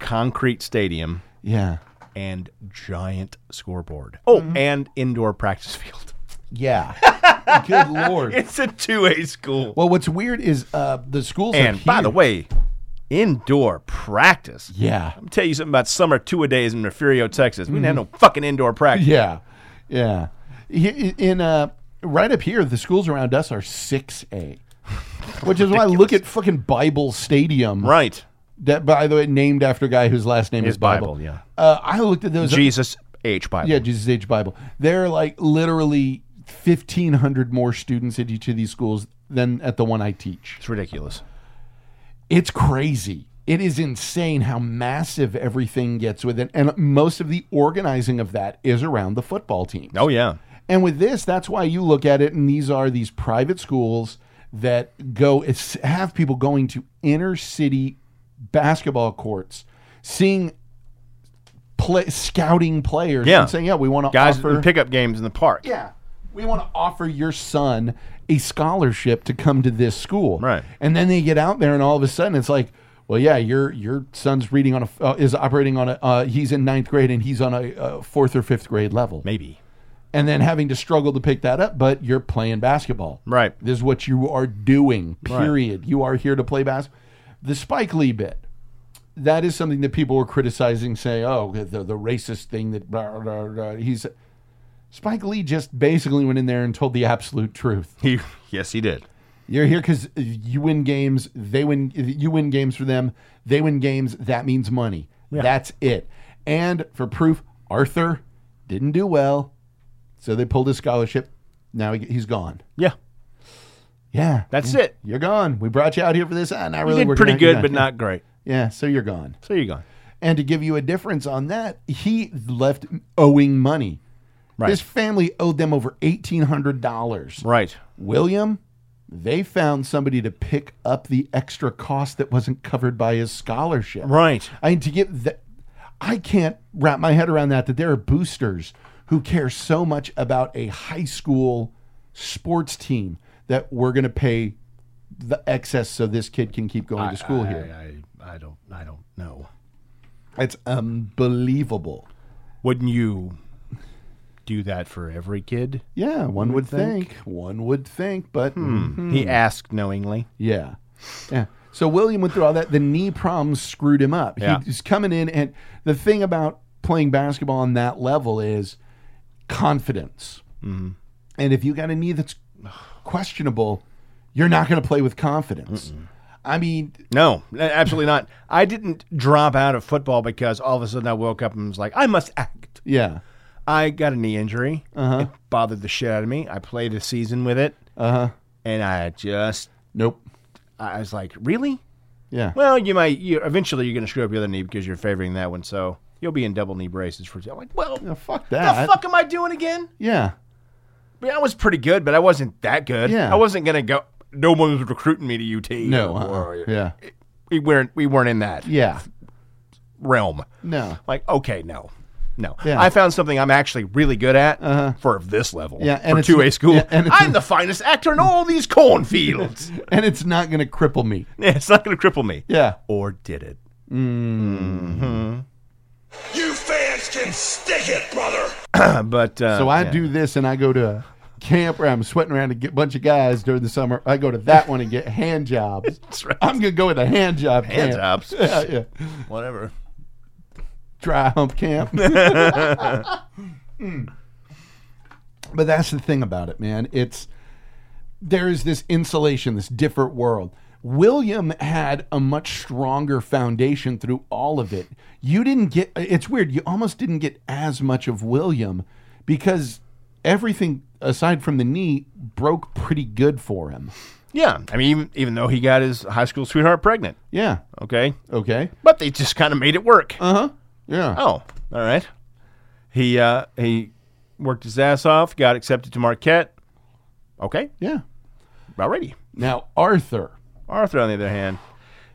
S3: concrete stadium
S1: yeah,
S3: and giant scoreboard. Oh, and indoor practice field.
S1: yeah. Good lord.
S3: It's a two A school.
S1: Well, what's weird is uh, the schools. are
S3: and by the
S1: huge.
S3: way, indoor practice.
S1: yeah,
S3: I'm tell you something about summer two a days in Refugio, Texas. We didn't have no fucking indoor practice.
S1: Mm-hmm. yeah, yeah. He- In uh, right up here, the schools around us are six A, which is why I look at fucking Bible Stadium.
S3: Right.
S1: That, by the way, named after a guy whose last name is Bible.
S3: Bible, yeah.
S1: Uh, I looked at those.
S3: Jesus H Bible.
S1: Yeah, Jesus Age Bible. There are like literally fifteen hundred more students at each of these schools than at the one I teach.
S3: It's ridiculous.
S1: It's crazy. It is insane how massive everything gets with it, and most of the organizing of that is around the football team.
S3: Oh yeah.
S1: And with this, that's why you look at it, and these are these private schools that go it's, have people going to inner city basketball courts, seeing play, scouting players,
S3: Yeah.
S1: and saying, "Yeah, we want to
S3: Guys
S1: offer
S3: in pickup games in the park.
S1: yeah. We want to offer your son a scholarship to come to this school.
S3: Right.
S1: And then they get out there and all of a sudden it's like, well, yeah, your your son's reading on a uh, is operating on a uh, he's in ninth grade and he's on a uh, fourth or fifth grade level,
S3: Maybe.
S1: and then having to struggle to pick that up. But you're playing basketball,
S3: Right.
S1: This is what you are doing. Period. You are here to play basketball. The Spike Lee bit that is something that people were criticizing, saying, "Oh, the the racist thing that blah, blah, blah." he's." Spike Lee just basically went in there and told the absolute truth.
S3: He yes he did.
S1: You're here because you win games. They win. You win games for them. They win games. That means money. That's it. And for proof, Arthur didn't do well, so they pulled his scholarship. Now he, he's gone.
S3: Yeah.
S1: Yeah,
S3: That's
S1: Yeah.
S3: it.
S1: You're gone. We brought you out here for this. Ah, not
S3: He
S1: really.
S3: did
S1: We're
S3: pretty
S1: gonna- you're
S3: good, but not great.
S1: Yeah, so you're gone.
S3: So you gone.
S1: And to give you a difference on that, he left owing money.
S3: Right.
S1: His family owed them over eighteen hundred dollars.
S3: Right.
S1: William, they found somebody to pick up the extra cost that wasn't covered by his scholarship.
S3: Right.
S1: I mean, to get that, I can't wrap my head around that. That there are boosters who care so much about a high school sports team that we're going to pay the excess so this kid can keep going to school here.
S3: I, I don't I don't know.
S1: It's unbelievable.
S3: Wouldn't you do that for every kid?
S1: Yeah, one would think. One would think, but
S3: Hmm. He
S1: Hmm.
S3: asked knowingly.
S1: Yeah. Yeah. So William went through all that. The knee problems screwed him up.
S3: Yeah.
S1: He's coming in, and the thing about playing basketball on that level is confidence.
S3: Mm-hmm.
S1: And if you got a knee that's questionable, you're not going to play with confidence. I mean,
S3: No, a- absolutely not. I didn't drop out of football because all of a sudden I woke up and was like, I must act.
S1: yeah,
S3: I got a knee injury.
S1: Uh-huh.
S3: It bothered the shit out of me. I played a season with it. Uh
S1: Uh-huh.
S3: huh. And I just,
S1: nope,
S3: I was like, really?
S1: yeah,
S3: Well, you might. You eventually you're going to screw up your other knee because you're favoring that one, so you'll be in double knee braces for. I'm like, well,
S1: Yeah, fuck
S3: the
S1: that,
S3: fuck am I doing again?
S1: yeah,
S3: I mean, I was pretty good, but I wasn't that good.
S1: Yeah.
S3: I wasn't going to go. No one was recruiting me to UT.
S1: no,
S3: Or-
S1: uh-uh. yeah,
S3: we weren't. We weren't in that
S1: yeah,
S3: realm.
S1: no,
S3: Like, okay, no, no.
S1: Yeah. Uh-huh.
S3: I found something I'm actually really good at for this level.
S1: Yeah, and
S3: for
S1: it's-
S3: two A school,
S1: yeah, and it's-
S3: I'm the finest actor in all these cornfields.
S1: and it's not going to cripple me.
S3: Yeah, it's not going to cripple me.
S1: Yeah,
S3: Or did it?
S4: You fans can stick it, brother.
S3: But uh,
S1: So I
S3: yeah.
S1: do this and I go to a camp where I'm sweating around a g- bunch of guys during the summer. I go to that one and get hand jobs.
S3: right.
S1: I'm going to go with a hand job
S3: hand
S1: camp.
S3: jobs,
S1: Yeah, yeah.
S3: whatever.
S1: Dry hump camp. Mm. But that's the thing about it, man. It's there is this insulation, this different world. William had a much stronger foundation through all of it. You didn't get it's weird, you almost didn't get as much of William because everything aside from the knee broke pretty good for him.
S3: Yeah, I mean, even, even though he got his high school sweetheart pregnant,
S1: Yeah.
S3: okay,
S1: Okay.
S3: but they just kind of made it work.
S1: Uh-huh. Yeah.
S3: Oh, all right. He uh, he worked his ass off, got accepted to Marquette. Okay,
S1: Yeah.
S3: already.
S1: Now Arthur.
S3: Arthur, on the other hand,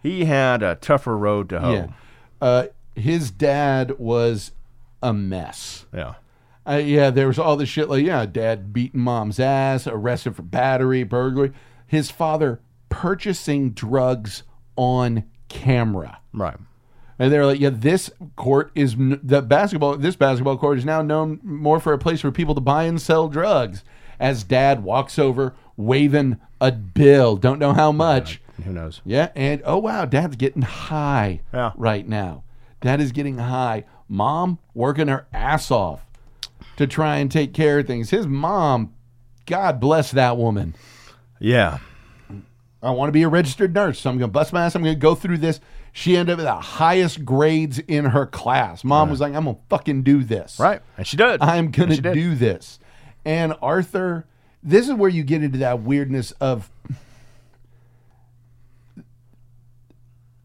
S3: he had a tougher road to hoe.
S1: Yeah. Uh, his dad was a mess.
S3: yeah.
S1: Uh, yeah, there was all this shit like, yeah, dad beating mom's ass, arrested for battery, burglary. His father purchasing drugs on camera.
S3: right.
S1: And they're like, yeah, this court is n- the basketball. This basketball court is now known more for a place for people to buy and sell drugs. As Dad walks over, waving a bill, don't know how much.
S3: Who knows?
S1: Yeah, and oh wow, Dad's getting high
S3: Yeah.
S1: right now. Dad is getting high. Mom working her ass off to try and take care of things. His mom, God bless that woman.
S3: Yeah.
S1: I want to be a registered nurse. So I'm going to bust my ass. I'm going to go through this. She ended up with the highest grades in her class. Mom was like, I'm going to fucking do this.
S3: Right. And she did.
S1: I'm going
S3: And she
S1: to
S3: did.
S1: do this. And Arthur, this is where you get into that weirdness of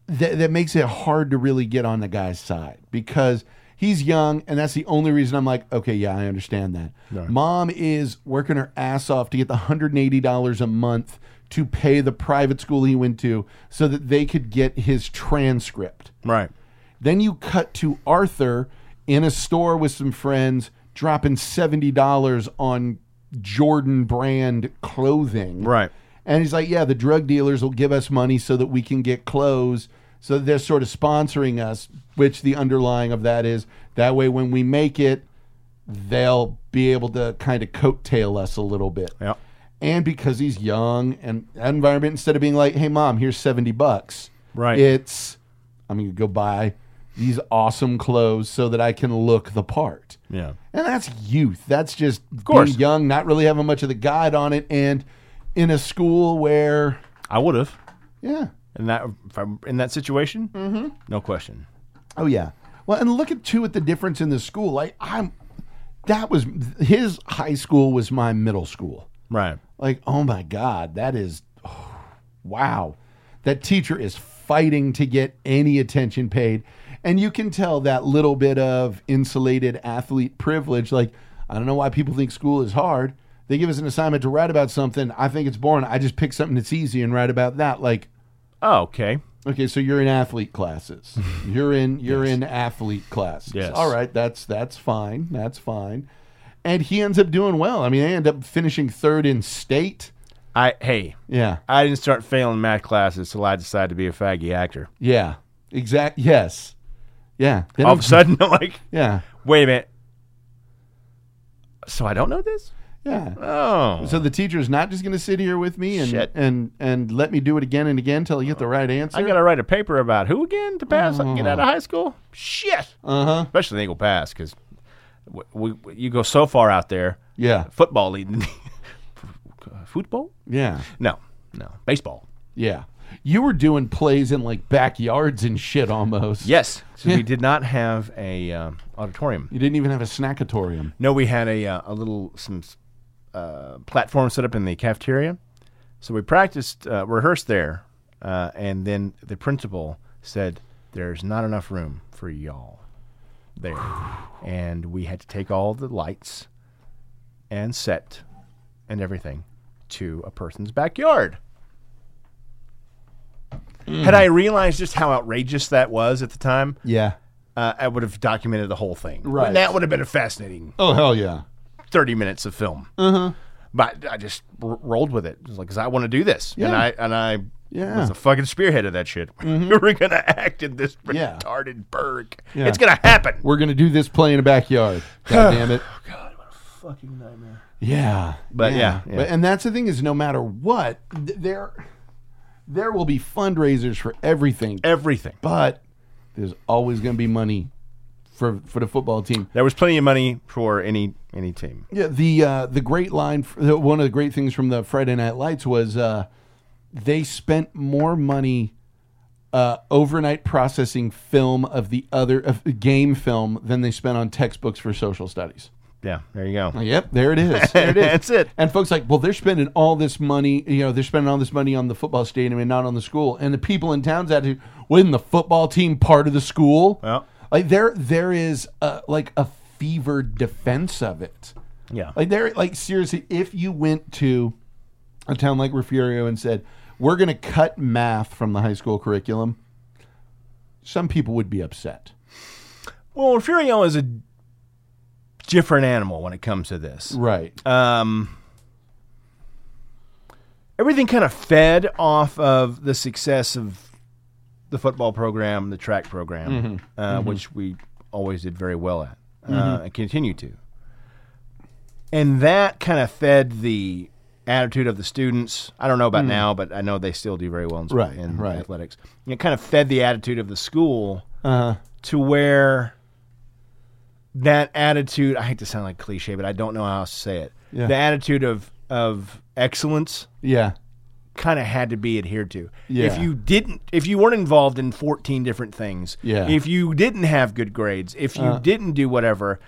S1: that, that makes it hard to really get on the guy's side because he's young and that's the only reason I'm like, okay, yeah, I understand that. Mom is working her ass off to get the $180 a month to pay the private school he went to so that they could get his transcript.
S3: Right.
S1: Then you cut to Arthur in a store with some friends dropping $70 on Jordan brand clothing.
S3: Right.
S1: And he's like, yeah, the drug dealers will give us money so that we can get clothes. So they're sort of sponsoring us, which the underlying of that is that way when we make it, they'll be able to kind of coattail us a little bit.
S3: Yeah.
S1: And because he's young and that environment, instead of being like, hey, mom, here's 70 bucks.
S3: Right.
S1: It's, I'm going to go buy these awesome clothes so that I can look the part.
S3: Yeah.
S1: And that's youth. That's just
S3: course.
S1: being young, not really having much of the guide on it, and in a school where,
S3: I would have.
S1: yeah,
S3: In that if I'm in that situation, mm-hmm. no question.
S1: oh yeah. Well, and look at too at the difference in the school. Like I'm, that was his high school was my middle school.
S3: Right.
S1: Like oh my god, that is, wow, that teacher is fighting to get any attention paid, and you can tell that little bit of insulated athlete privilege. Like I don't know why people think school is hard. They give us an assignment to write about something. I think it's boring. I just pick something that's easy and write about that. Like
S3: Oh, okay.
S1: Okay, so you're in athlete classes. You're in you're in athlete classes.
S3: Yes.
S1: All right, that's that's fine. That's fine. And he ends up doing well. I mean, they end up finishing third in state.
S3: I hey,
S1: Yeah.
S3: I didn't start failing math classes till I decided to be a faggy actor.
S1: Yeah. Exact yes. Yeah. They
S3: All of a
S1: don't-
S3: sudden, like,
S1: Yeah.
S3: wait a minute. So I don't know this?
S1: Yeah.
S3: Oh.
S1: So the teacher's not just gonna sit here with me and
S3: Shit.
S1: and and let me do it again and again until I get the right answer.
S3: I gotta write a paper about who again to pass? I can get out of high school? Shit.
S1: uh huh.
S3: Especially the Eagle Pass, because we, we, you go so far out there.
S1: Yeah.
S3: Football leading. Football?
S1: Yeah.
S3: No, no. Baseball.
S1: Yeah. You were doing plays in like backyards and shit almost.
S3: Yes. So we did not have a um, auditorium.
S1: You didn't even have a snackatorium.
S3: No, we had a uh, a little some uh, platform set up in the cafeteria. So we practiced, uh, rehearsed there, uh, and then the principal said, "There's not enough room for y'all there," and we had to take all the lights and set and everything to a person's backyard. Had I realized just how outrageous that was at the time,
S1: Yeah.
S3: uh, I would have documented the whole thing.
S1: Right.
S3: that would have been a fascinating
S1: Oh hell yeah.
S3: 30 minutes of film. Uh-huh. But I just r- rolled with it. It was like, 'cause I want to do this. And
S1: Yeah.
S3: I, and I
S1: Yeah. Mm-hmm.
S3: was the fucking spearhead of that shit. We're going to act in this
S1: Yeah.
S3: retarded burg.
S1: Yeah.
S3: It's going to happen.
S1: We're gonna do this play in a backyard. God damn it. Oh, God, what a fucking nightmare. Yeah.
S3: But yeah, yeah.
S1: But, and that's the thing is no matter what, th- there there will be fundraisers for everything.
S3: Everything.
S1: But there's always gonna be money for for the football team.
S3: There was plenty of money for any any team.
S1: Yeah, the uh, the great line. the- One of the great things from the Friday Night Lights was uh, they spent more money uh, overnight processing film of the other of game film than they spent on textbooks for social studies.
S3: Yeah, there you go.
S1: Yep, there it is. There it is.
S3: That's it.
S1: And folks like, well, they're spending all this money. You know, they're spending all this money on the football stadium and not on the school. And the people in town's attitude, wasn't the football team part of the school?
S3: Well.
S1: like there, there is a, like a fevered defense of it.
S3: Yeah.
S1: Like there, like seriously, if you went to a town like Refugio and said, "We're going to cut math from the high school curriculum," some people would be upset.
S3: Well, Furio is a different animal when it comes to this.
S1: Right.
S3: Um, everything kind of fed off of the success of the football program, the track program,
S1: Mm-hmm.
S3: Uh, which we always did very well at
S1: Mm-hmm.
S3: uh, and continue to. And that kind of fed the attitude of the students. I don't know about now, but I know they still do very well in, sp-
S1: Mm. Right,
S3: in
S1: right.
S3: athletics. It kind of fed the attitude of the school to where that attitude I hate to sound like cliche, but I don't know how else to say it.
S1: Yeah.
S3: The attitude of of excellence
S1: yeah.
S3: kind of had to be adhered to.
S1: Yeah.
S3: If you didn't if you weren't involved in 14 different things,
S1: Yeah. Uh.
S3: if you didn't have good grades, if you didn't do whatever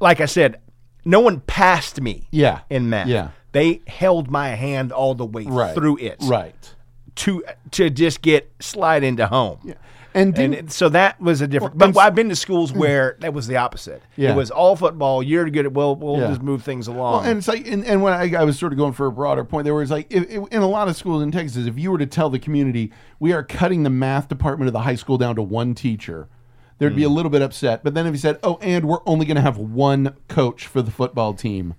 S3: like I said, no one passed me
S1: Yeah.
S3: in math.
S1: Yeah.
S3: They held my hand all the way
S1: Right.
S3: through it
S1: Right.
S3: to to just get slide into home.
S1: And, didn't,
S3: And it- so that was a different. But I've been to schools where that was the opposite.
S1: Yeah.
S3: It was all football. You're good at well, we'll
S1: Yeah.
S3: just move things
S1: Well,
S3: along.
S1: and it's like, and, and when I, I was sort of going for a broader point, there was like, if, if- in a lot of schools in Texas, if you were to tell the community, we are cutting the math department of the high school down to one teacher, there'd be a little bit upset. But then if you said, oh, and we're only going to have one coach for the football team,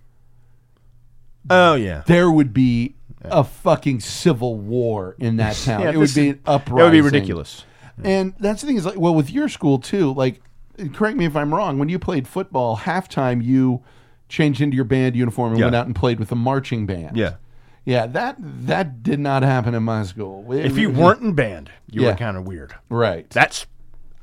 S3: oh yeah,
S1: there would be a fucking civil war in that town. it would
S3: this-
S1: be an
S3: that
S1: uprising.
S3: would be ridiculous.
S1: And that's the thing is like, well, with your school too, like, correct me if I'm wrong. When you played football, halftime you changed into your band uniform and
S3: Yeah.
S1: went out and played with the marching band.
S3: Yeah.
S1: yeah, that that did not happen in my school. It-
S3: If you weren't in band, you
S1: Yeah.
S3: were kind of weird.
S1: right,
S3: That's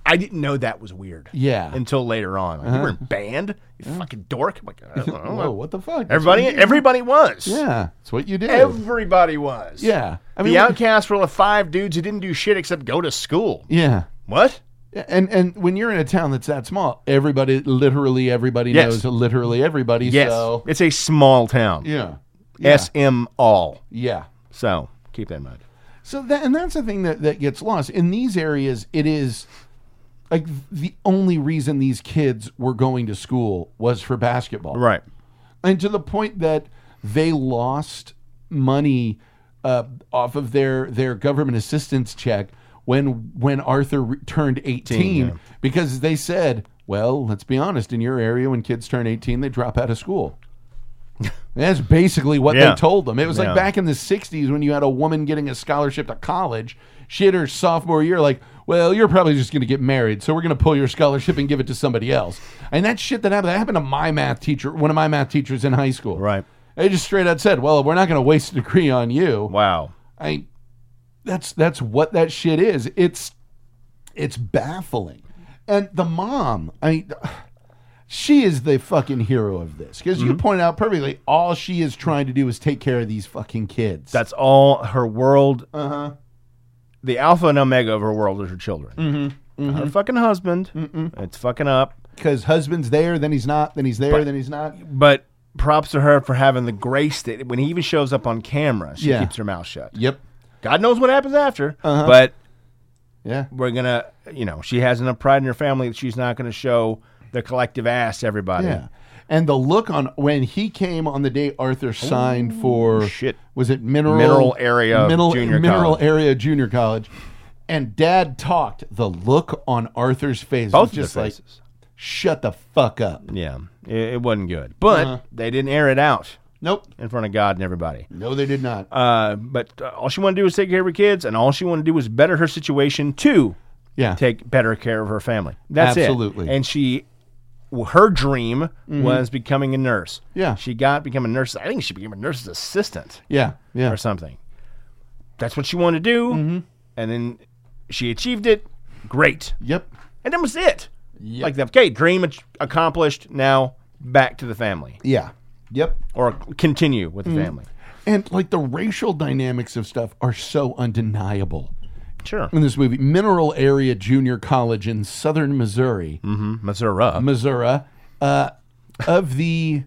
S3: I didn't know that was weird.
S1: Yeah.
S3: Until later on, like, you were in band. You fucking dork. I'm like, I don't know.
S1: whoa, what the fuck? That's
S3: Everybody,
S1: what you-
S3: everybody was.
S1: yeah, that's what you did.
S3: Everybody was.
S1: yeah, I
S3: The
S1: we-
S3: outcasts were the five dudes who didn't do shit except go to school.
S1: yeah.
S3: What?
S1: And and when you're in a town that's that small, everybody, literally everybody knows
S3: Yes.
S1: literally everybody.
S3: Yes.
S1: So
S3: It's a small town.
S1: yeah,
S3: S M all.
S1: yeah.
S3: So keep that in mind.
S1: So that and that's the thing that, that gets lost in these areas. It is like the only reason these kids were going to school was for basketball,
S3: Right.
S1: And to the point that they lost money uh, off of their their government assistance check when when Arthur re- turned eighteen, because they said, "Well, let's be honest. In your area, when kids turn eighteen, they drop out of school." That's basically what
S3: Yeah.
S1: they told them. It was like
S3: Yeah.
S1: back in the 60s when you had a woman getting a scholarship to college. She had her sophomore year, like, well, you're probably just going to get married, so we're going to pull your scholarship and give it to somebody else. And that shit that happened, that happened to my math teacher, one of my math teachers in high school.
S3: Right.
S1: They just straight out said, well, we're not going to waste a degree on you.
S3: Wow.
S1: I that's that's what that shit is. It's it's baffling. And the mom, I mean she is the fucking hero of this because
S3: Mm-hmm.
S1: you pointed out perfectly. All she is trying to do is take care of these fucking kids.
S3: That's all her world. Uh huh. The alpha and omega of her world is her children. Mm-hmm. Her fucking husband. It's fucking up.
S1: because husband's there, then he's not, then he's there, then he's not.
S3: But props to her for having the grace that when he even shows up on camera, she
S1: Yeah.
S3: keeps her mouth shut.
S1: Yep.
S3: God knows what happens after. But
S1: Yeah.
S3: we're gonna, you know, she has enough pride in her family that she's not gonna show the collective ass to everybody.
S1: Yeah. And the look on when he came on the day Arthur signed for
S3: shit.
S1: was it Mineral
S3: Mineral Area
S1: Mineral,
S3: Junior
S1: Mineral
S3: College.
S1: Area Junior College, and Dad talked. The look on Arthur's face
S3: Both of
S1: was
S3: their
S1: just like,
S3: faces.
S1: "Shut the fuck up."
S3: Yeah, it, it wasn't good, but they didn't air it out
S1: Nope.
S3: in front of God and everybody.
S1: No, they did not.
S3: Uh, but uh, all she wanted to do was take care of her kids, and all she wanted to do was better her situation to
S1: yeah.
S3: take better care of her family. That's it.
S1: Absolutely. Mm-hmm.
S3: And she, well, her dream was becoming a nurse.
S1: Yeah.
S3: she got become a nurse. I think she became a nurse's assistant
S1: yeah. Yeah.
S3: or something.
S1: Mm-hmm.
S3: That's what she wanted to do, and then she achieved it. Great.
S1: Yep.
S3: and that was it.
S1: Yep.
S3: Like, okay, dream ac- accomplished. Now back to the family,
S1: Yeah. Yep.
S3: or continue with
S1: Mm-hmm.
S3: the family.
S1: And like the racial dynamics of stuff are so undeniable
S3: Sure,
S1: in this movie. Mineral Area Junior College in southern Missouri,
S3: Mm-hmm. Missouri.
S1: Missouri, uh, of the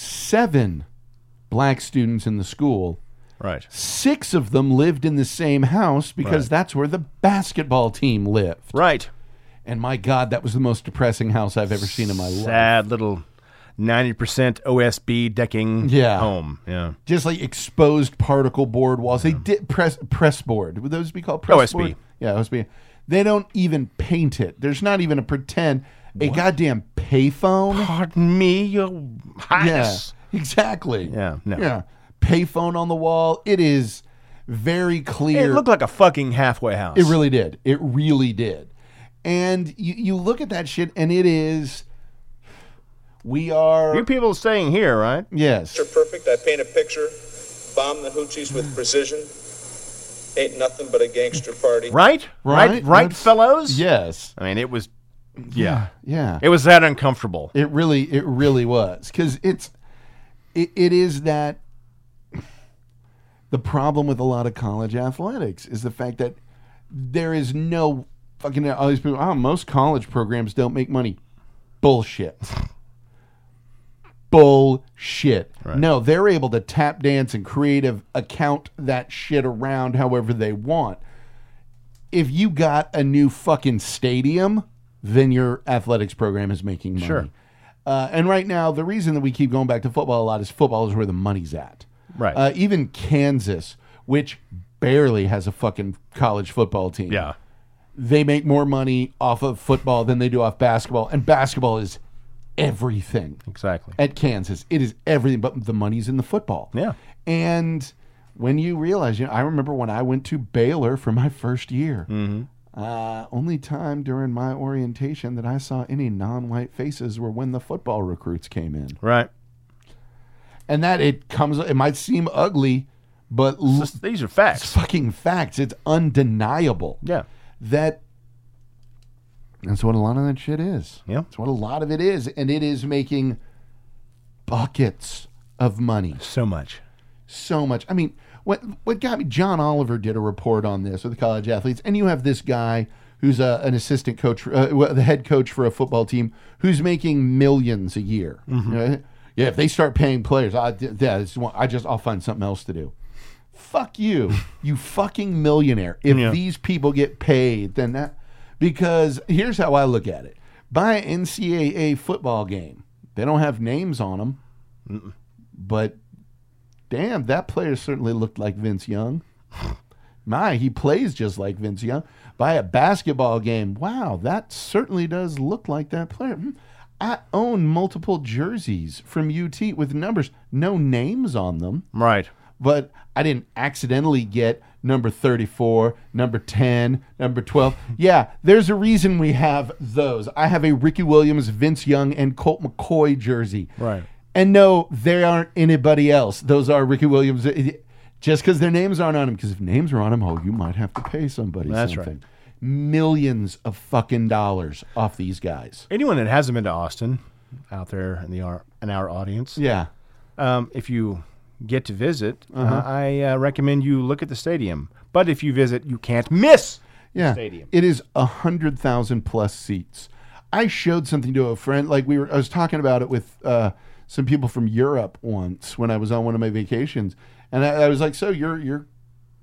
S1: seven black students in the school,
S3: Right.
S1: six of them lived in the same house because that's where the basketball team lived.
S3: Right.
S1: And my God, that was the most depressing house I've ever seen in my life.
S3: Sad little ninety percent OSB decking.
S1: Yeah.
S3: Home. Yeah.
S1: just like exposed particle board walls. They did press press board. Would those be called press
S3: OSB.
S1: board? Yeah, OSB. They don't even paint it. There's not even a pretend a goddamn payphone.
S3: Pardon me, your
S1: yeah,
S3: highness.
S1: exactly.
S3: Yeah, no.
S1: yeah. Payphone on the wall. It is very
S3: It
S1: clear.
S3: looked like a fucking halfway house.
S1: It really did. It really did. And you, you look at that shit, and it is. We are
S3: You people staying here, right?
S1: yes.
S4: picture perfect. I paint a picture, bomb the hoochies with precision. Ain't nothing but a gangster party.
S3: Right? Right? Right,
S1: That's-
S3: fellows?
S1: Yes.
S3: I mean, it was. Yeah.
S1: Yeah.
S3: It was that uncomfortable.
S1: It really, it really was because it's, it, it is that. The problem with a lot of college athletics is the fact that there is no fucking all these people. Oh, most college programs don't make money. Bullshit. Bullshit. No, they're able to tap dance and creative account that shit around however they want. If you got a new fucking stadium, then your athletics program is making money. Sure. Uh, and right now, the reason that we keep going back to football a lot is football is where the money's at.
S3: Right.
S1: Uh, even Kansas, which barely has a fucking college football team,
S3: Yeah.
S1: they make more money off of football than they do off basketball, and basketball is everything
S3: Exactly.
S1: at Kansas. It is everything, but the money's in the football.
S3: Yeah.
S1: and when you realize, you know, I remember when I went to Baylor for my first year.
S3: Mm-hmm.
S1: Uh, only time during my orientation that I saw any non-white faces were when the football recruits came in
S3: Right.
S1: and that it comes it might seem ugly but l-
S3: This- these are
S1: it's
S3: facts.
S1: fucking facts it's undeniable
S3: Yeah.
S1: that that's what a lot of that shit is
S3: Yeah.
S1: that's what a lot of it is and it is making buckets of money
S3: So much.
S1: so much. I mean, what what got me? John Oliver did a report on this with the college athletes, and you have this guy who's a, an assistant coach, uh, well, the head coach for a football team, who's making millions a year. You know, yeah, if they start paying players, I, yeah, this is one- I just I'll find something else to do. Fuck you, you fucking millionaire. If
S3: Yeah.
S1: these people get paid, then that because here's how I look at it: buy an NCAA football game. They don't have names on them, but damn, that player certainly looked like Vince Young. My, he plays just like Vince Young. By a basketball game, wow, that certainly does look like that player. Hmm. I own multiple jerseys from UT with numbers, no names on them,
S3: Right.
S1: but I didn't accidentally get number 34, number 10, number 12. Yeah, there's a reason we have those. I have a Ricky Williams, Vince Young, and Colt McCoy jersey.
S3: Right.
S1: And no, they aren't anybody else. Those are Ricky Williams. Just because their names aren't on them, because if names are on them, oh, you might have to pay somebody
S3: That's
S1: something. Millions of fucking dollars off these guys.
S3: Anyone that hasn't been to Austin, out there in the our in our audience,
S1: Yeah.
S3: um, if you get to visit,
S1: Uh-huh.
S3: uh, I uh, recommend you look at the stadium. But if you visit, you can't miss.
S1: yeah.
S3: stadium.
S1: It is a hundred thousand plus seats. I showed something to a friend. Like we were, I was talking about it with uh, some people from Europe once when I was on one of my vacations, and I, I was like, "So your your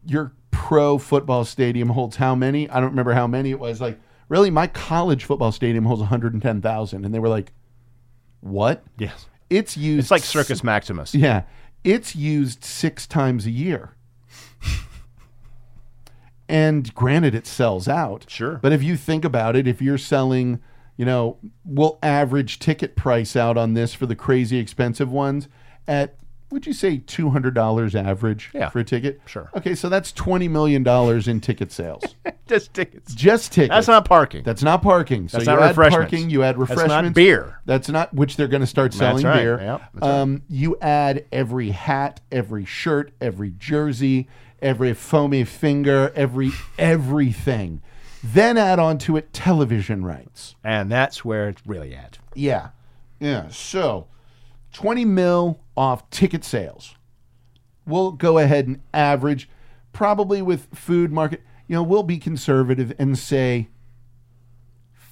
S1: your pro football stadium holds how many? I don't remember how many it was. Like, really, my college football stadium holds one hundred and ten thousand, and they were like, "What?
S3: Yes.
S1: It's used.
S3: It's like Circus Maximus.
S1: Yeah. It's used six times a year. and granted, it sells out.
S3: Sure.
S1: But if you think about it, if you're selling, you know, we'll average ticket price out on this for the crazy expensive ones at, would you say $200 average
S3: Yeah.
S1: for a ticket?
S3: Sure.
S1: Okay, so that's $20 million in ticket sales.
S3: Just tickets.
S1: Just tickets.
S3: That's not parking.
S1: That's not parking. So
S3: That's
S1: you
S3: not
S1: add
S3: refreshments.
S1: parking, you add
S3: That's not
S1: refreshments.
S3: beer.
S1: That's not which they're going to start selling
S3: right.
S1: beer.
S3: Yep, that's right.
S1: um, You add every hat, every shirt, every jersey, every foamy finger, every everything. Then add on to it television rights.
S3: And that's where it's really at.
S1: Yeah. Yeah. So 20 mil off ticket sales. We'll go ahead and average, probably with food market, you know, we'll be conservative and say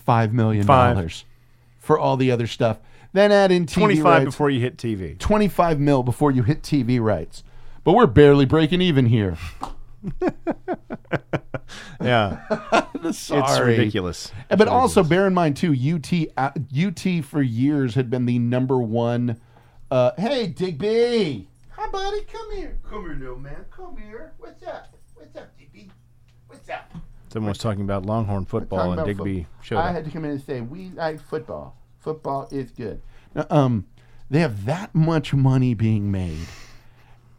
S1: $5 million for all the other stuff. Then add in TV
S3: 25
S1: rights.
S3: before you hit TV.
S1: 25 mil before you hit TV rights. But we're barely breaking even here.
S3: Yeah. it's
S1: Sorry.
S3: ridiculous.
S1: But also bear in mind too, UT uh, UT for years had been the number one. Uh, hey, Digby. Hi, buddy. Come here. Come here, little man. Come here. What's up? What's up, Digby? What's up?
S3: Someone was talking about Longhorn football
S1: Talking
S3: and
S1: about
S3: Digby
S1: football.
S3: showed
S1: I
S3: up.
S1: had to come in and say we like football. Football is good. Now, um, they have that much money being made,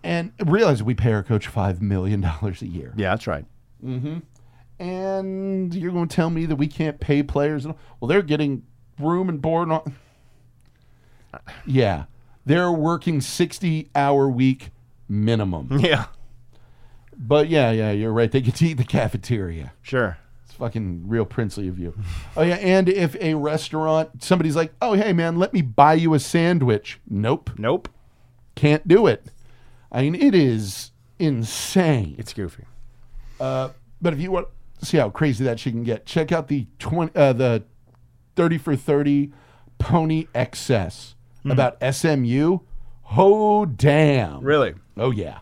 S1: and realize we pay our coach five million dollars a year.
S3: Yeah, that's right.
S1: and you're going to tell me that we can't pay players? and all- Well, they're getting room and board. And all. Yeah, they're working sixty-hour week minimum.
S3: Yeah.
S1: But yeah, yeah, you're right. They get to eat in the cafeteria.
S3: Sure.
S1: It's fucking real princely of you. Oh yeah, and if a restaurant somebody's like, "Oh hey man, let me buy you a sandwich," nope,
S3: Nope.
S1: can't do it. I mean, it is insane.
S3: It's goofy.
S1: But if you want to see how crazy that she can get, check out the twenty uh, the thirty for thirty pony excess
S3: Hmm.
S1: about SMU. Oh damn!
S3: Really?
S1: Oh yeah.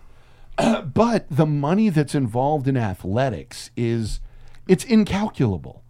S1: but the money that's involved in athletics is it's incalculable.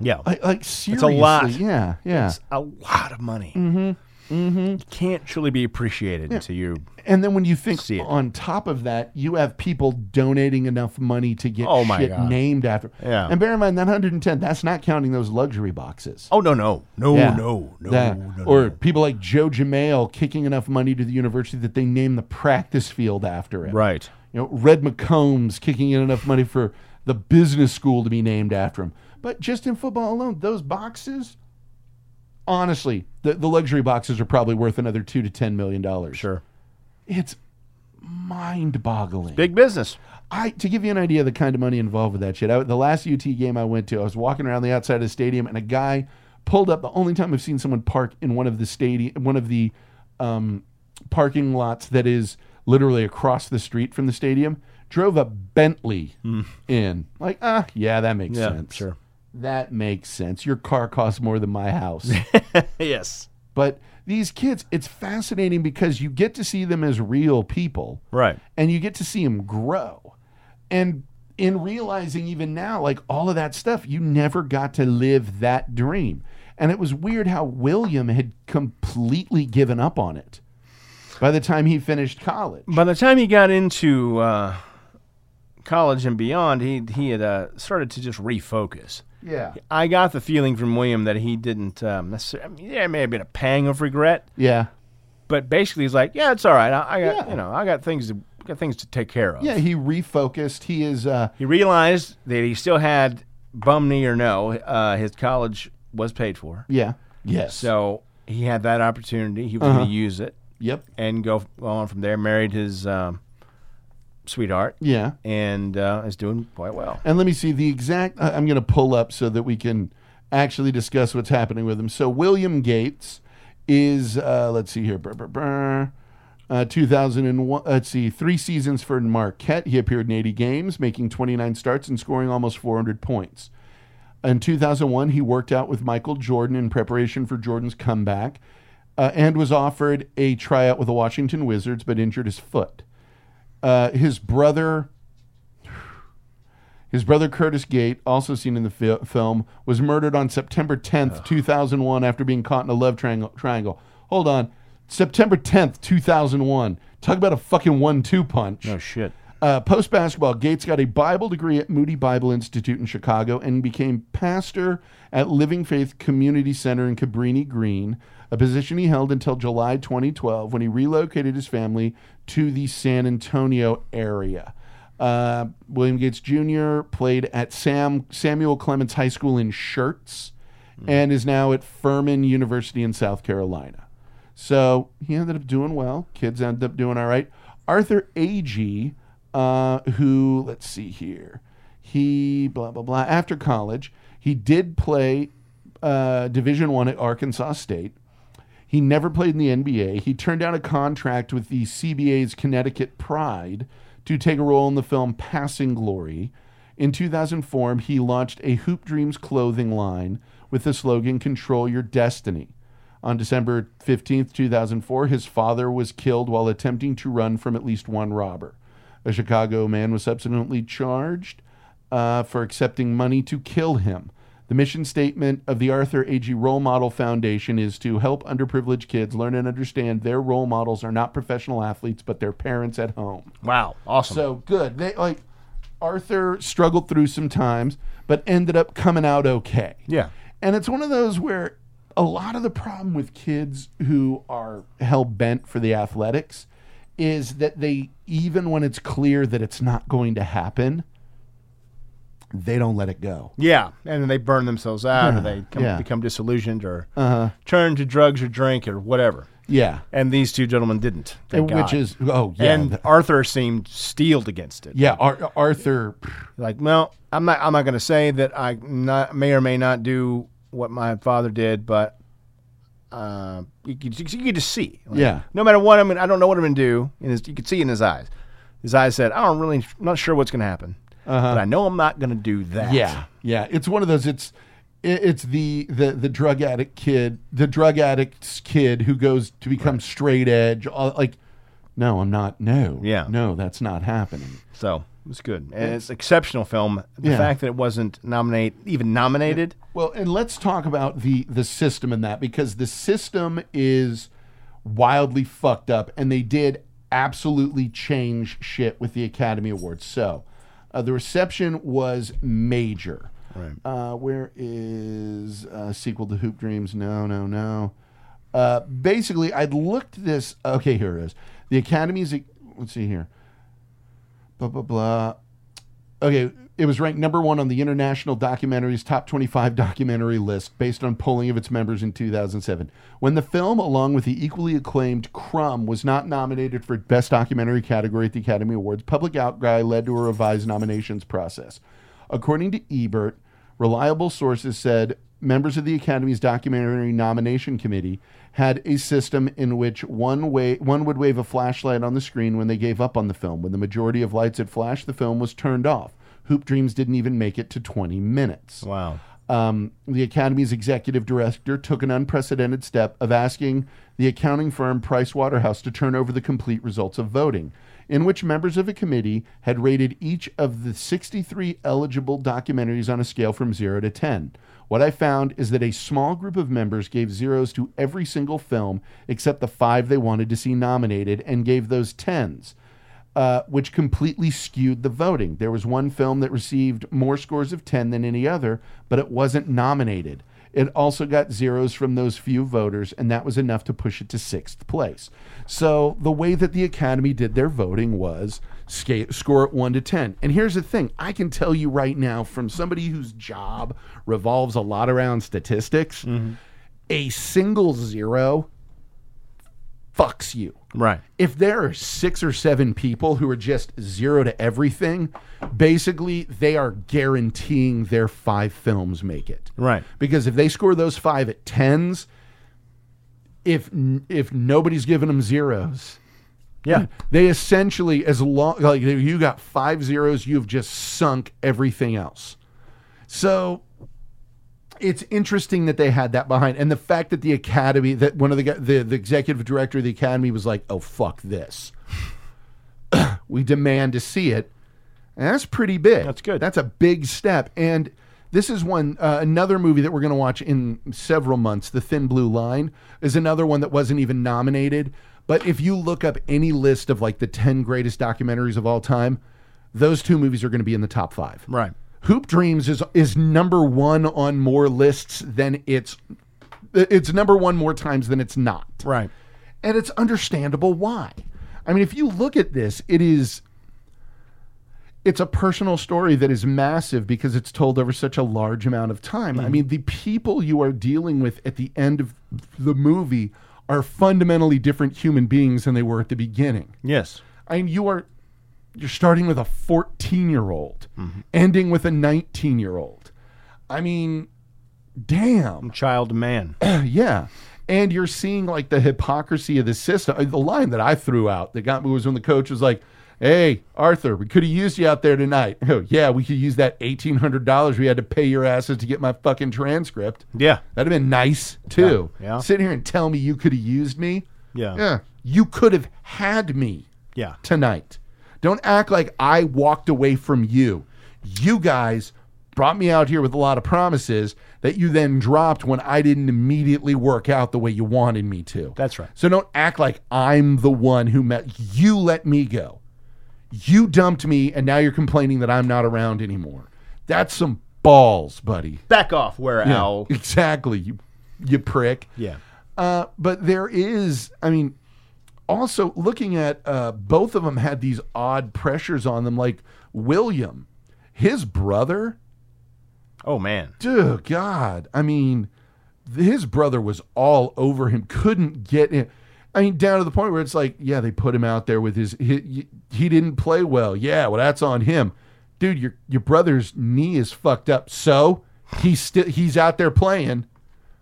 S3: Yeah.
S1: Like, like seriously,
S3: a lot.
S1: Yeah, yeah.
S3: It's a lot of money. Mm-hmm. Mm-hmm. Can't truly be appreciated until you.
S1: and then when you think
S3: See it.
S1: on top of that, you have people donating enough money to get
S3: Oh, my
S1: shit
S3: God.
S1: named after.
S3: Yeah.
S1: And bear in mind that 110, that's not counting those luxury boxes.
S3: Oh no no no
S1: Yeah.
S3: no no,
S1: That-
S3: no, no.
S1: or people like Joe Jamail kicking enough money to the university that they name the practice field after him.
S3: right.
S1: You know, Red McCombs kicking in enough money for the business school to be named after him. But just in football alone, those boxes, honestly, the, the luxury boxes are probably worth another two to ten million dollars.
S3: Sure.
S1: It's mind boggling.
S3: Big business.
S1: I to give you an idea of the kind of money involved with that shit. I, the last UT game I went to, I was walking around the outside of the stadium, and a guy pulled up. The only time I've seen someone park in one of the stadium, one of the um, parking lots that is literally across the street from the stadium, drove a Bentley in. Like, ah, yeah, that makes
S3: Hmm. Yeah,
S1: sense.
S3: sure.
S1: that makes sense. Your car costs more than my house.
S3: Yes.
S1: But these kids, it's fascinating because you get to see them as real people.
S3: Right.
S1: And you get to see them grow. And in realizing even now, like all of that stuff, you never got to live that dream. And it was weird how William had completely given up on it by the time he finished college.
S3: By the time he got into uh, college and beyond, he he had uh, started to just refocus.
S1: Yeah.
S3: I got the feeling from William that he didn't um, necessarily. I mean, there may have been a pang of regret,
S1: Yeah.
S3: but basically he's like, "Yeah, it's all right. I, I got
S1: Yeah.
S3: you know, I got things to got things to take care of."
S1: Yeah. He refocused. He is, uh,
S3: He realized that he still had bum knee or no, uh, his college was paid for,
S1: yeah. Yes.
S3: so he had that opportunity. He was
S1: Uh-huh.
S3: going to use it
S1: yep.
S3: and go, go on from there. Married his um, sweetheart,
S1: Yeah.
S3: and uh, is doing quite well.
S1: And let me see the exact. I- I'm going to pull up so that we can actually discuss what's happening with him. So William Gates is. Uh, let's see here. Brr, brr, brr. Uh, 2001. Let's see. Three seasons for Marquette. He appeared in 80 games, making 29 starts and scoring almost 400 points. In 2001, he worked out with Michael Jordan in preparation for Jordan's comeback uh, and was offered a tryout with the Washington Wizards, but injured his foot. Uh, his brother, his brother Curtis Gate, also seen in the fi- film, was murdered on September 10th, 2001, after being caught in a love triangle. triangle. Hold on. September 10th, 2001. Talk about a fucking one two punch.
S3: Oh shit!
S1: Uh, Post basketball, Gates got a Bible degree at Moody Bible Institute in Chicago and became pastor at Living Faith Community Center in Cabrini Green, a position he held until July 2012 when he relocated his family to the San Antonio area. Uh, William Gates Jr. played at Sam Samuel Clements High School in Shirts and is now at Furman University in South Carolina. So he ended up doing well. Kids ended up doing all right. Arthur Agee, uh, who let's see here, He blah blah blah. After college, he did play uh, Division One at Arkansas State. He never played in the NBA. He turned down a contract with the CBA's Connecticut Pride to take a role in the film Passing Glory. In 2004, he launched a Hoop Dreams clothing line with the slogan Control Your Destiny. On December 15th, 2004, his father was killed while attempting to run from at least one robber. A Chicago man was subsequently charged uh, for accepting money to kill him. The mission statement of the Arthur A.G. Role Model Foundation is to help underprivileged kids learn and understand their role models are not professional athletes, but their parents at home.
S3: Wow, awesome.
S1: So good. They like Arthur struggled through some times, but ended up coming out okay.
S3: Yeah.
S1: And it's one of those where a lot of the problem with kids who are hell bent for the athletics is that they, even when it's clear that it's not going to happen, they don't let it go.
S3: yeah,
S5: and then they burn themselves out, or they come,
S1: Yeah. Uh-huh.
S5: become disillusioned, or turn to drugs or drink or whatever.
S1: Yeah.
S5: And these two gentlemen didn't, thank
S1: And Which
S5: God.
S1: is, oh, yeah.
S5: and
S1: th-
S5: Arthur seemed steeled against it.
S1: yeah. Ar- Arthur,
S5: Like, well, I'm not. I'm not going to say that I not, may or may not do what my father did, but uh, you, could, you could just see. Like,
S1: Yeah.
S5: No matter what I'm, gonna- I don't know what I'm going to do. And his, you could see in his eyes. His eyes said, "I don't really, I'm not sure what's going to happen, but I know I'm not going to do that."
S1: Yeah, yeah. It's one of those. It's it- it's the the the drug addict kid, the drug addict's kid who goes to become straight edge. All, like, no, I'm not. No,
S5: Yeah.
S1: no, that's not happening.
S5: So it was good, and it's an exceptional film. The
S1: Yeah.
S5: fact that it wasn't nominate, even nominated.
S1: Well, and let's talk about the the system in that because the system is wildly fucked up, and they did absolutely change shit with the Academy Awards. So, uh, the reception was major. Right. Uh, where is uh, sequel to Hoop Dreams? No, no, no. Uh, basically, I'd looked this. Okay, here it is. The Academy's. Let's see here. Blah blah blah okay, it was ranked number one on the International Documentaries Top 25 Documentary list based on polling of its members in 2007. When the film, along with the equally acclaimed Crumb, was not nominated for Best Documentary category at the Academy Awards, public outcry led to a revised nominations process. According to Ebert, reliable sources said members of the Academy's documentary nomination committee had a system in which one way one would wave a flashlight on the screen when they gave up on the film. When the majority of lights had flashed, the film was turned off. Hoop Dreams didn't even make it to 20 minutes.
S5: Wow.
S1: Um, the Academy's executive director took an unprecedented step of asking the accounting firm Pricewaterhouse to turn over the complete results of voting, in which members of a committee had rated each of the 63 eligible documentaries on a scale from 0 to 10. What I found is that a small group of members gave zeros to every single film except the five they wanted to see nominated and gave those tens uh, which completely skewed the voting. There was one film that received more scores of 10 than any other, but it wasn't nominated. It also got zeros from those few voters, and that was enough to push it to sixth place. So the way that the Academy did their voting was sca- score it one to 10. And here's the thing I can tell you right now from somebody whose job revolves a lot around statistics, a single zero fucks you
S5: Right.
S1: if there are six or seven people who are just zero to everything, basically they are guaranteeing their five films make it.
S5: Right.
S1: Because if they score those five at tens, if if nobody's giving them zeros,
S5: Yeah.
S1: they essentially as long like if you got five zeros, you've just sunk everything else. So it's interesting that they had that behind, and the fact that the academy that one of the gu- the, the executive director of the academy was like, "Oh fuck this, we demand to see it." And that's pretty big.
S5: That's good.
S1: That's a big step, and this is one uh, another movie that we're going to watch in several months. The Thin Blue Line is another one that wasn't even nominated. But if you look up any list of like the ten greatest documentaries of all time, those two movies are going to be in the top five.
S5: Right.
S1: Hoop Dreams is is number one on more lists than it's it's number one more times than it's not.
S5: Right.
S1: And it's understandable why. I mean, if you look at this, it is it's a personal story that is massive because it's told over such a large amount of time. I mean, the people you are dealing with at the end of the movie are fundamentally different human beings than they were at the beginning.
S5: Yes.
S1: I mean, you are You're starting with a 14 year old, ending with a 19 year old. I mean, damn.
S5: Child man.
S1: Yeah. And you're seeing like the hypocrisy of the system. Uh, The line that I threw out that got me was when the coach was like, Hey, Arthur, we could have used you out there tonight. Oh, yeah, we could use that $1,800 we had to pay your asses to get my fucking transcript.
S5: Yeah.
S1: That'd have been nice too.
S5: Yeah, yeah.
S1: Sit here and tell me you could have used me.
S5: Yeah.
S1: Yeah. You could have had me
S5: Yeah.
S1: tonight. Don't act like I walked away from you. You guys brought me out here with a lot of promises that you then dropped when I didn't immediately work out the way you wanted me to.
S5: That's right.
S1: So don't act like I'm the one who met you let me go. You dumped me and now you're complaining that I'm not around anymore. That's some balls, buddy.
S5: Back off, where
S1: Yeah,
S5: owl.
S1: Exactly, you you prick.
S5: Yeah.
S1: Uh, but there is, I mean, also looking at uh, both of them had these odd pressures on them. Like William, his brother,
S5: Oh man.
S1: dear God, I mean, th- his brother was all over him. Couldn't get in. I mean, down to the point where it's like, yeah, they put him out there with his. He, he didn't play well. Yeah, well, that's on him, dude. Your your brother's knee is fucked up. So he's still he's out there playing.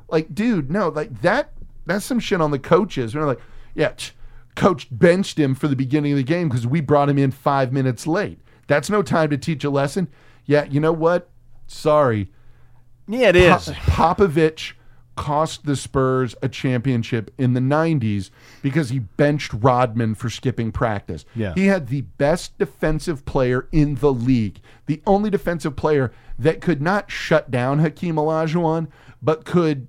S1: Like, dude, no, like that. That's some shit on the coaches. They're like, yeah, tch, coach benched him for the beginning of the game because we brought him in five minutes late. That's no time to teach a lesson. Yeah, you know what? Sorry,
S5: Yeah, it
S1: Pa-
S5: is.
S1: Popovich cost the Spurs a championship in the 90s because he benched Rodman for skipping practice.
S5: Yeah.
S1: He had the best defensive player in the league, the only defensive player that could not shut down Hakeem Olajuwon, but could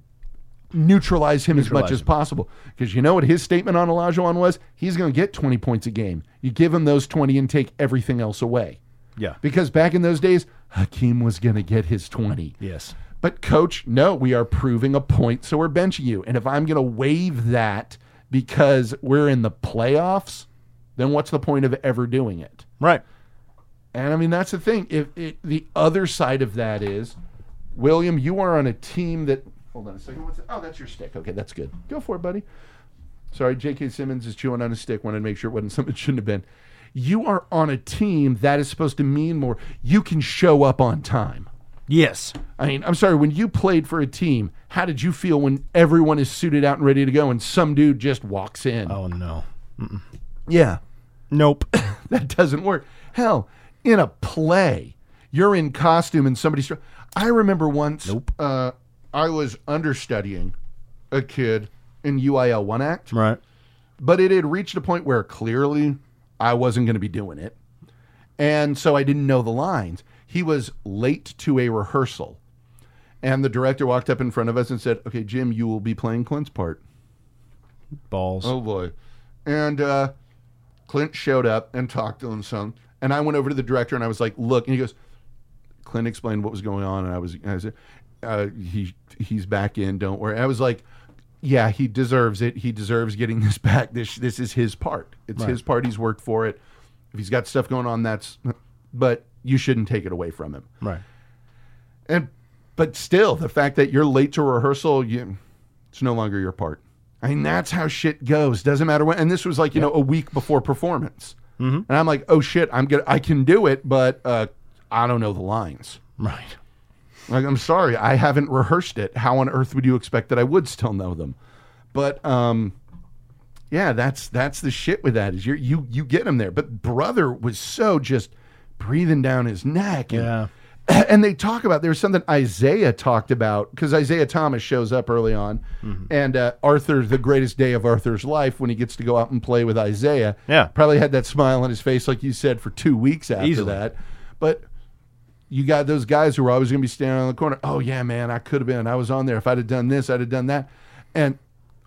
S1: neutralize him as much as possible. Because you know what his statement on Olajuwon was? He's going to get 20 points a game. You give him those 20 and take everything else away.
S5: Yeah.
S1: Because back in those days, Hakeem was going to get his 20.
S5: Yes.
S1: But coach, no, we are proving a point, so we're benching you. And if I'm going to waive that because we're in the playoffs, then what's the point of ever doing it?
S5: Right.
S1: And I mean, that's the thing. If it, the other side of that is, William, you are on a team that. Hold on a second. What's oh, that's your stick. Okay, that's good. Go for it, buddy. Sorry, J.K. Simmons is chewing on a stick. Wanted to make sure it wasn't something it shouldn't have been. You are on a team that is supposed to mean more. You can show up on time.
S5: Yes.
S1: I mean, I'm sorry, when you played for a team, how did you feel when everyone is suited out and ready to go and some dude just walks in?
S5: Oh no.
S1: yeah.
S5: Nope.
S1: That doesn't work. Hell, in a play, you're in costume and somebody's. I remember once uh, I was understudying a kid in UIL One Act
S5: right.
S1: but it had reached a point where clearly I wasn't going to be doing it. And so I didn't know the lines. He was late to a rehearsal. And the director walked up in front of us and said, Okay, Jim, you will be playing Clint's part.
S5: Balls.
S1: Oh boy. And uh, Clint showed up and talked to him some. And I went over to the director and I was like, look. And he goes, Clint explained what was going on. And I was, I said, uh, he, he's back in. Don't worry. I was like, yeah, he deserves it. He deserves getting this back. This, this is his part. It's his part. He's worked for it. If he's got stuff going on, that's, but you shouldn't take it away from him.
S5: Right.
S1: And but still, the fact that you're late to rehearsal, you, it's no longer your part. I mean, that's how shit goes. Doesn't matter when. And this was like you know a week before performance, mm-hmm. and I'm like, oh shit, I'm gonna, I can do it, but uh, I don't know the lines.
S5: Right.
S1: Like, I'm sorry, I haven't rehearsed it. How on earth would you expect that I would still know them? But um, yeah, that's that's the shit with that is you you you get him there. But brother was so just breathing down his neck. And,
S5: Yeah.
S1: And they talk about there's something Isaiah talked about because Isaiah Thomas shows up early on,
S5: Mm-hmm.
S1: and uh, Arthur, the greatest day of Arthur's life when he gets to go out and play with Isaiah.
S5: Yeah.
S1: probably had that smile on his face like you said for two weeks after
S5: Easily.
S1: that. But you got those guys who were always going to be standing on the corner. Oh yeah, man, I could have been. I was on there. If I'd have done this, I'd have done that. And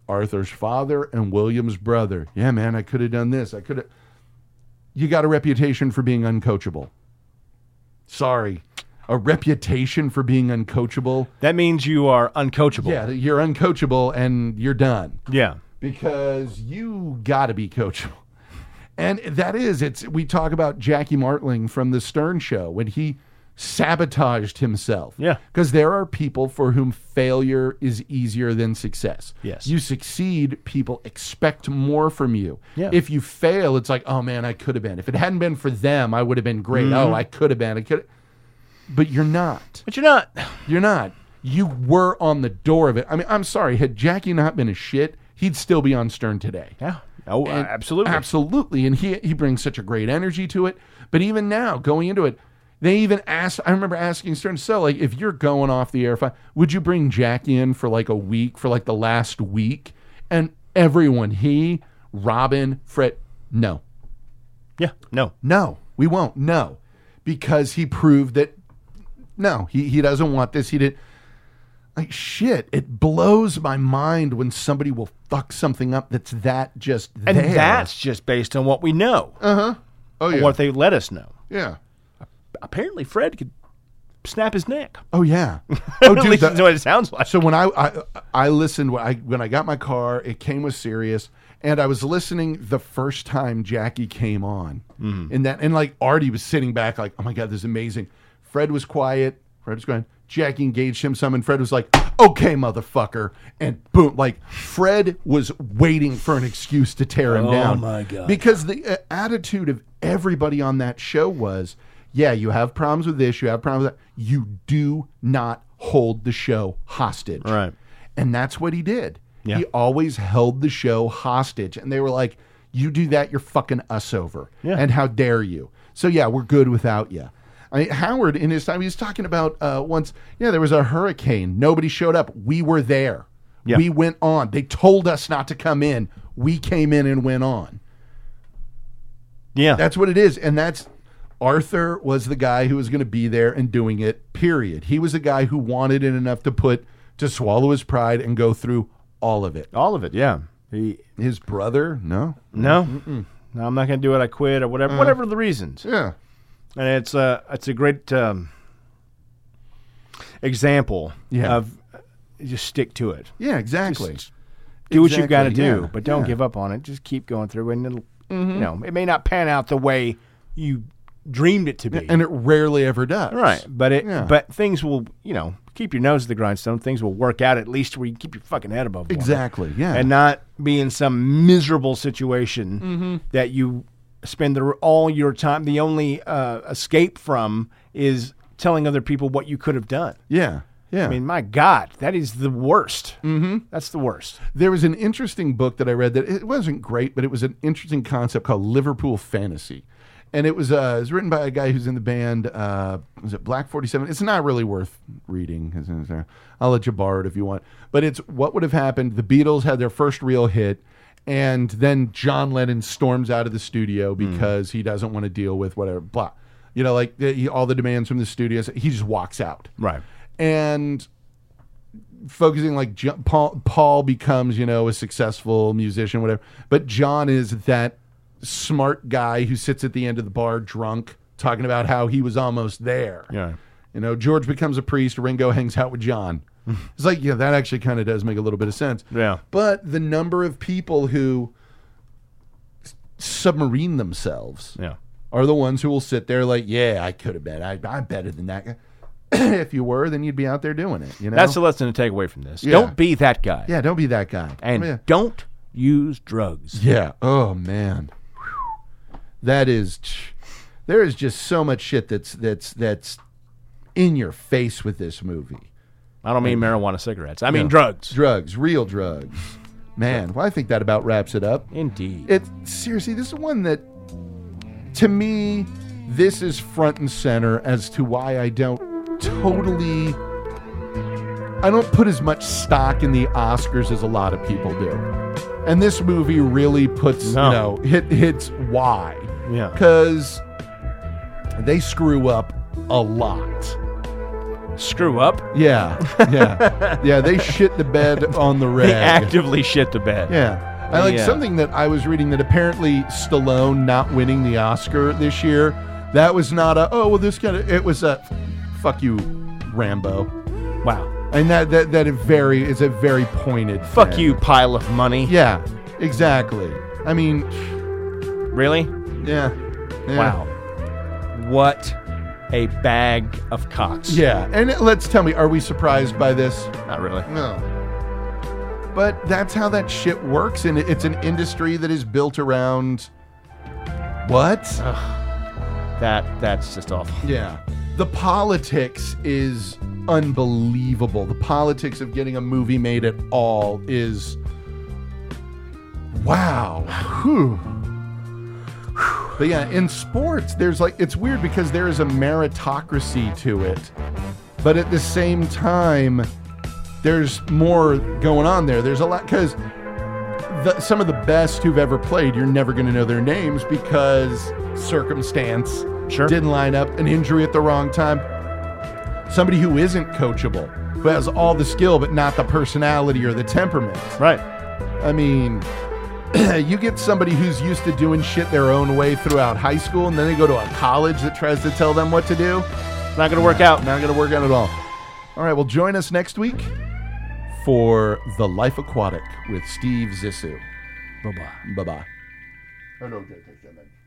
S1: Arthur's father and William's brother. Yeah, man, I could have done this. I could have. You got a reputation for being uncoachable. Sorry, a reputation for being uncoachable.
S5: That means you are uncoachable.
S1: Yeah, you're uncoachable and you're done
S5: Yeah.
S1: because you got to be coachable. And that is, it's we talk about Jackie Martling from the Stern Show when he sabotaged himself.
S3: Yeah.
S1: Because there are people for whom failure is easier than success.
S3: Yes.
S1: You succeed, people expect more from you.
S3: Yeah.
S1: If you fail, it's like, oh man, I could have been. If it hadn't been for them, I would have been great.
S3: Mm-hmm.
S1: Oh, I could have been. I could But you're not.
S3: But you're not.
S1: You're not. You were on the door of it. I mean, I'm sorry. Had Jackie not been a shit, he'd still be on Stern today.
S3: Yeah. Oh,
S1: And-
S3: absolutely.
S1: absolutely. And he he brings such a great energy to it. But even now, going into it, they even asked. I remember asking Stern, so like, if you're going off the air, if I, would you bring Jackie in for like a week, for like the last week? And everyone, he, Robin, Fred, no,
S3: yeah. No.
S1: no, we won't. No, because he proved that. No, he he doesn't want this. He did. Like shit, it blows my mind when somebody will fuck something up that's that just
S3: And
S1: there.
S3: that's just based on what we know,
S1: oh
S3: or what they let us know.
S1: yeah.
S3: Apparently, Fred could snap his neck.
S1: Oh yeah. Oh
S3: At
S1: dude.
S3: least
S1: the-
S3: that's what it sounds like.
S1: so when I, I I listened when I when I got my car, it came with Sirius, and I was listening the first time Jackie came on,
S3: Mm-hmm.
S1: and that and like Artie was sitting back like, oh my god, this is amazing. Fred was quiet. Fred was going. Jackie engaged him some, and Fred was like, "Okay, motherfucker," and boom, like Fred was waiting for an excuse to tear him down.
S3: Oh my God.
S1: Because the uh, attitude of everybody on that show was, yeah, you have problems with this, you have problems with that. You do not hold the show hostage.
S3: Right.
S1: And that's what he did.
S3: Yeah.
S1: He always held the show hostage. And they were like, you do that, you're fucking us over.
S3: Yeah.
S1: And how dare you? So, yeah, we're good without you. I mean, Howard, in his time, he was talking about uh, once, yeah, there was a hurricane. Nobody showed up. We were there.
S3: Yeah.
S1: We went on. They told us not to come in. We came in and went on.
S3: Yeah.
S1: That's what it is. And that's Arthur was the guy who was going to be there and doing it, period. He was the guy who wanted it enough to put, to swallow his pride and go through all of it.
S3: All of it. Yeah. He,
S1: His brother? No.
S3: no. Uh-huh. No, I'm not going to do it. I quit or whatever. whatever the reasons.
S1: Yeah.
S3: and it's a it's a great um, example
S1: Yeah.
S3: of uh, just stick to it.
S1: Yeah, exactly.
S3: Just do what you've got to
S1: Exactly,
S3: do,
S1: yeah,
S3: but don't
S1: yeah.
S3: give up on it. Just keep going through, and it'll you know it may not pan out the way you dreamed it to be.
S1: and it rarely ever does.
S3: right, but it
S1: Yeah.
S3: but things will you know keep your nose to the grindstone. Things will work out at least where you keep your fucking head above water
S1: Exactly. Yeah.
S3: and not be in some miserable situation that you spend the, all your time. The only uh, escape from is telling other people what you could have done.
S1: yeah. Yeah.
S3: I mean, my God, that is the worst. Mm-hmm. That's the worst.
S1: there was an interesting book that I read that it wasn't great, but it was an interesting concept called Liverpool Fantasy. And it was, uh, it was written by a guy who's in the band. Uh, was it Black 47? It's not really worth reading. 'cause it's, uh, I'll let you borrow it if you want. But it's what would have happened. The Beatles had their first real hit, and then John Lennon storms out of the studio because he doesn't want to deal with whatever, blah. You know, like the, he, all the demands from the studios. He just walks out
S3: Right.
S1: and focusing like Jo- Paul, Paul becomes you know a successful musician whatever but John is that smart guy who sits at the end of the bar drunk talking about how he was almost there
S3: Yeah.
S1: you know George becomes a priest Ringo hangs out with John it's like yeah that actually kind of does make a little bit of sense
S3: Yeah.
S1: but the number of people who s- submarine themselves
S3: Yeah.
S1: are the ones who will sit there like, yeah, I could have bet. I, I'm better than that guy. if you were, then you'd be out there doing it. You know,
S3: That's the lesson to take away from this.
S1: Yeah.
S3: Don't be that guy.
S1: yeah. Don't be that guy. Oh,
S3: And
S1: yeah.
S3: don't use drugs.
S1: yeah. Oh man, Whew. that is. There is just so much shit that's that's that's in your face with this movie.
S3: I don't mean marijuana cigarettes. I mean
S1: Yeah.
S3: drugs.
S1: Drugs, real drugs. Man, well, I think that about wraps it up.
S3: Indeed.
S1: It seriously, this is one that, to me, this is front and center as to why I don't totally. I don't put as much stock in the Oscars as a lot of people do, and this movie really puts
S3: No.
S1: you know hit hits why
S3: Yeah.
S1: because they screw up a lot.
S3: Screw up.
S1: Yeah, yeah, yeah. They shit the bed on the red.
S3: They actively shit the bed.
S1: Yeah. I like
S3: Yeah.
S1: something that I was reading that apparently Stallone not winning the Oscar this year. That was not a oh well this kind of it was a fuck you Rambo.
S3: Wow.
S1: And that that that is very is a very pointed
S3: Fuck
S1: thing.
S3: you, pile of money.
S1: Yeah. Exactly. I mean,
S3: Really?
S1: yeah. yeah.
S3: Wow. What
S5: a bag of cocks.
S1: Yeah, and it- let's tell me, are we surprised by this?
S5: Not really.
S1: No. But that's how that shit works, and it- it's an industry that is built around what?
S5: That that's just awful.
S1: Yeah. The politics is unbelievable. The politics of getting a movie made at all is wow. Whew. But yeah, in sports, there's like it's weird because there is a meritocracy to it. But at the same time, there's more going on there. There's a lot because the, some of the best who've ever played, you're never going to know their names because circumstance
S5: Sure.
S1: didn't line up, an injury at the wrong time. Somebody who isn't coachable, who has all the skill but not the personality or the temperament.
S5: Right.
S1: I mean, you get somebody who's used to doing shit their own way throughout high school, and then they go to a college that tries to tell them what to do.
S5: Not gonna work out.
S1: Not going to work out at all. All right, well, join us next week for The Life Aquatic with Steve Zissou.
S5: Bye bye.
S1: Bye bye. Oh, no, take that back.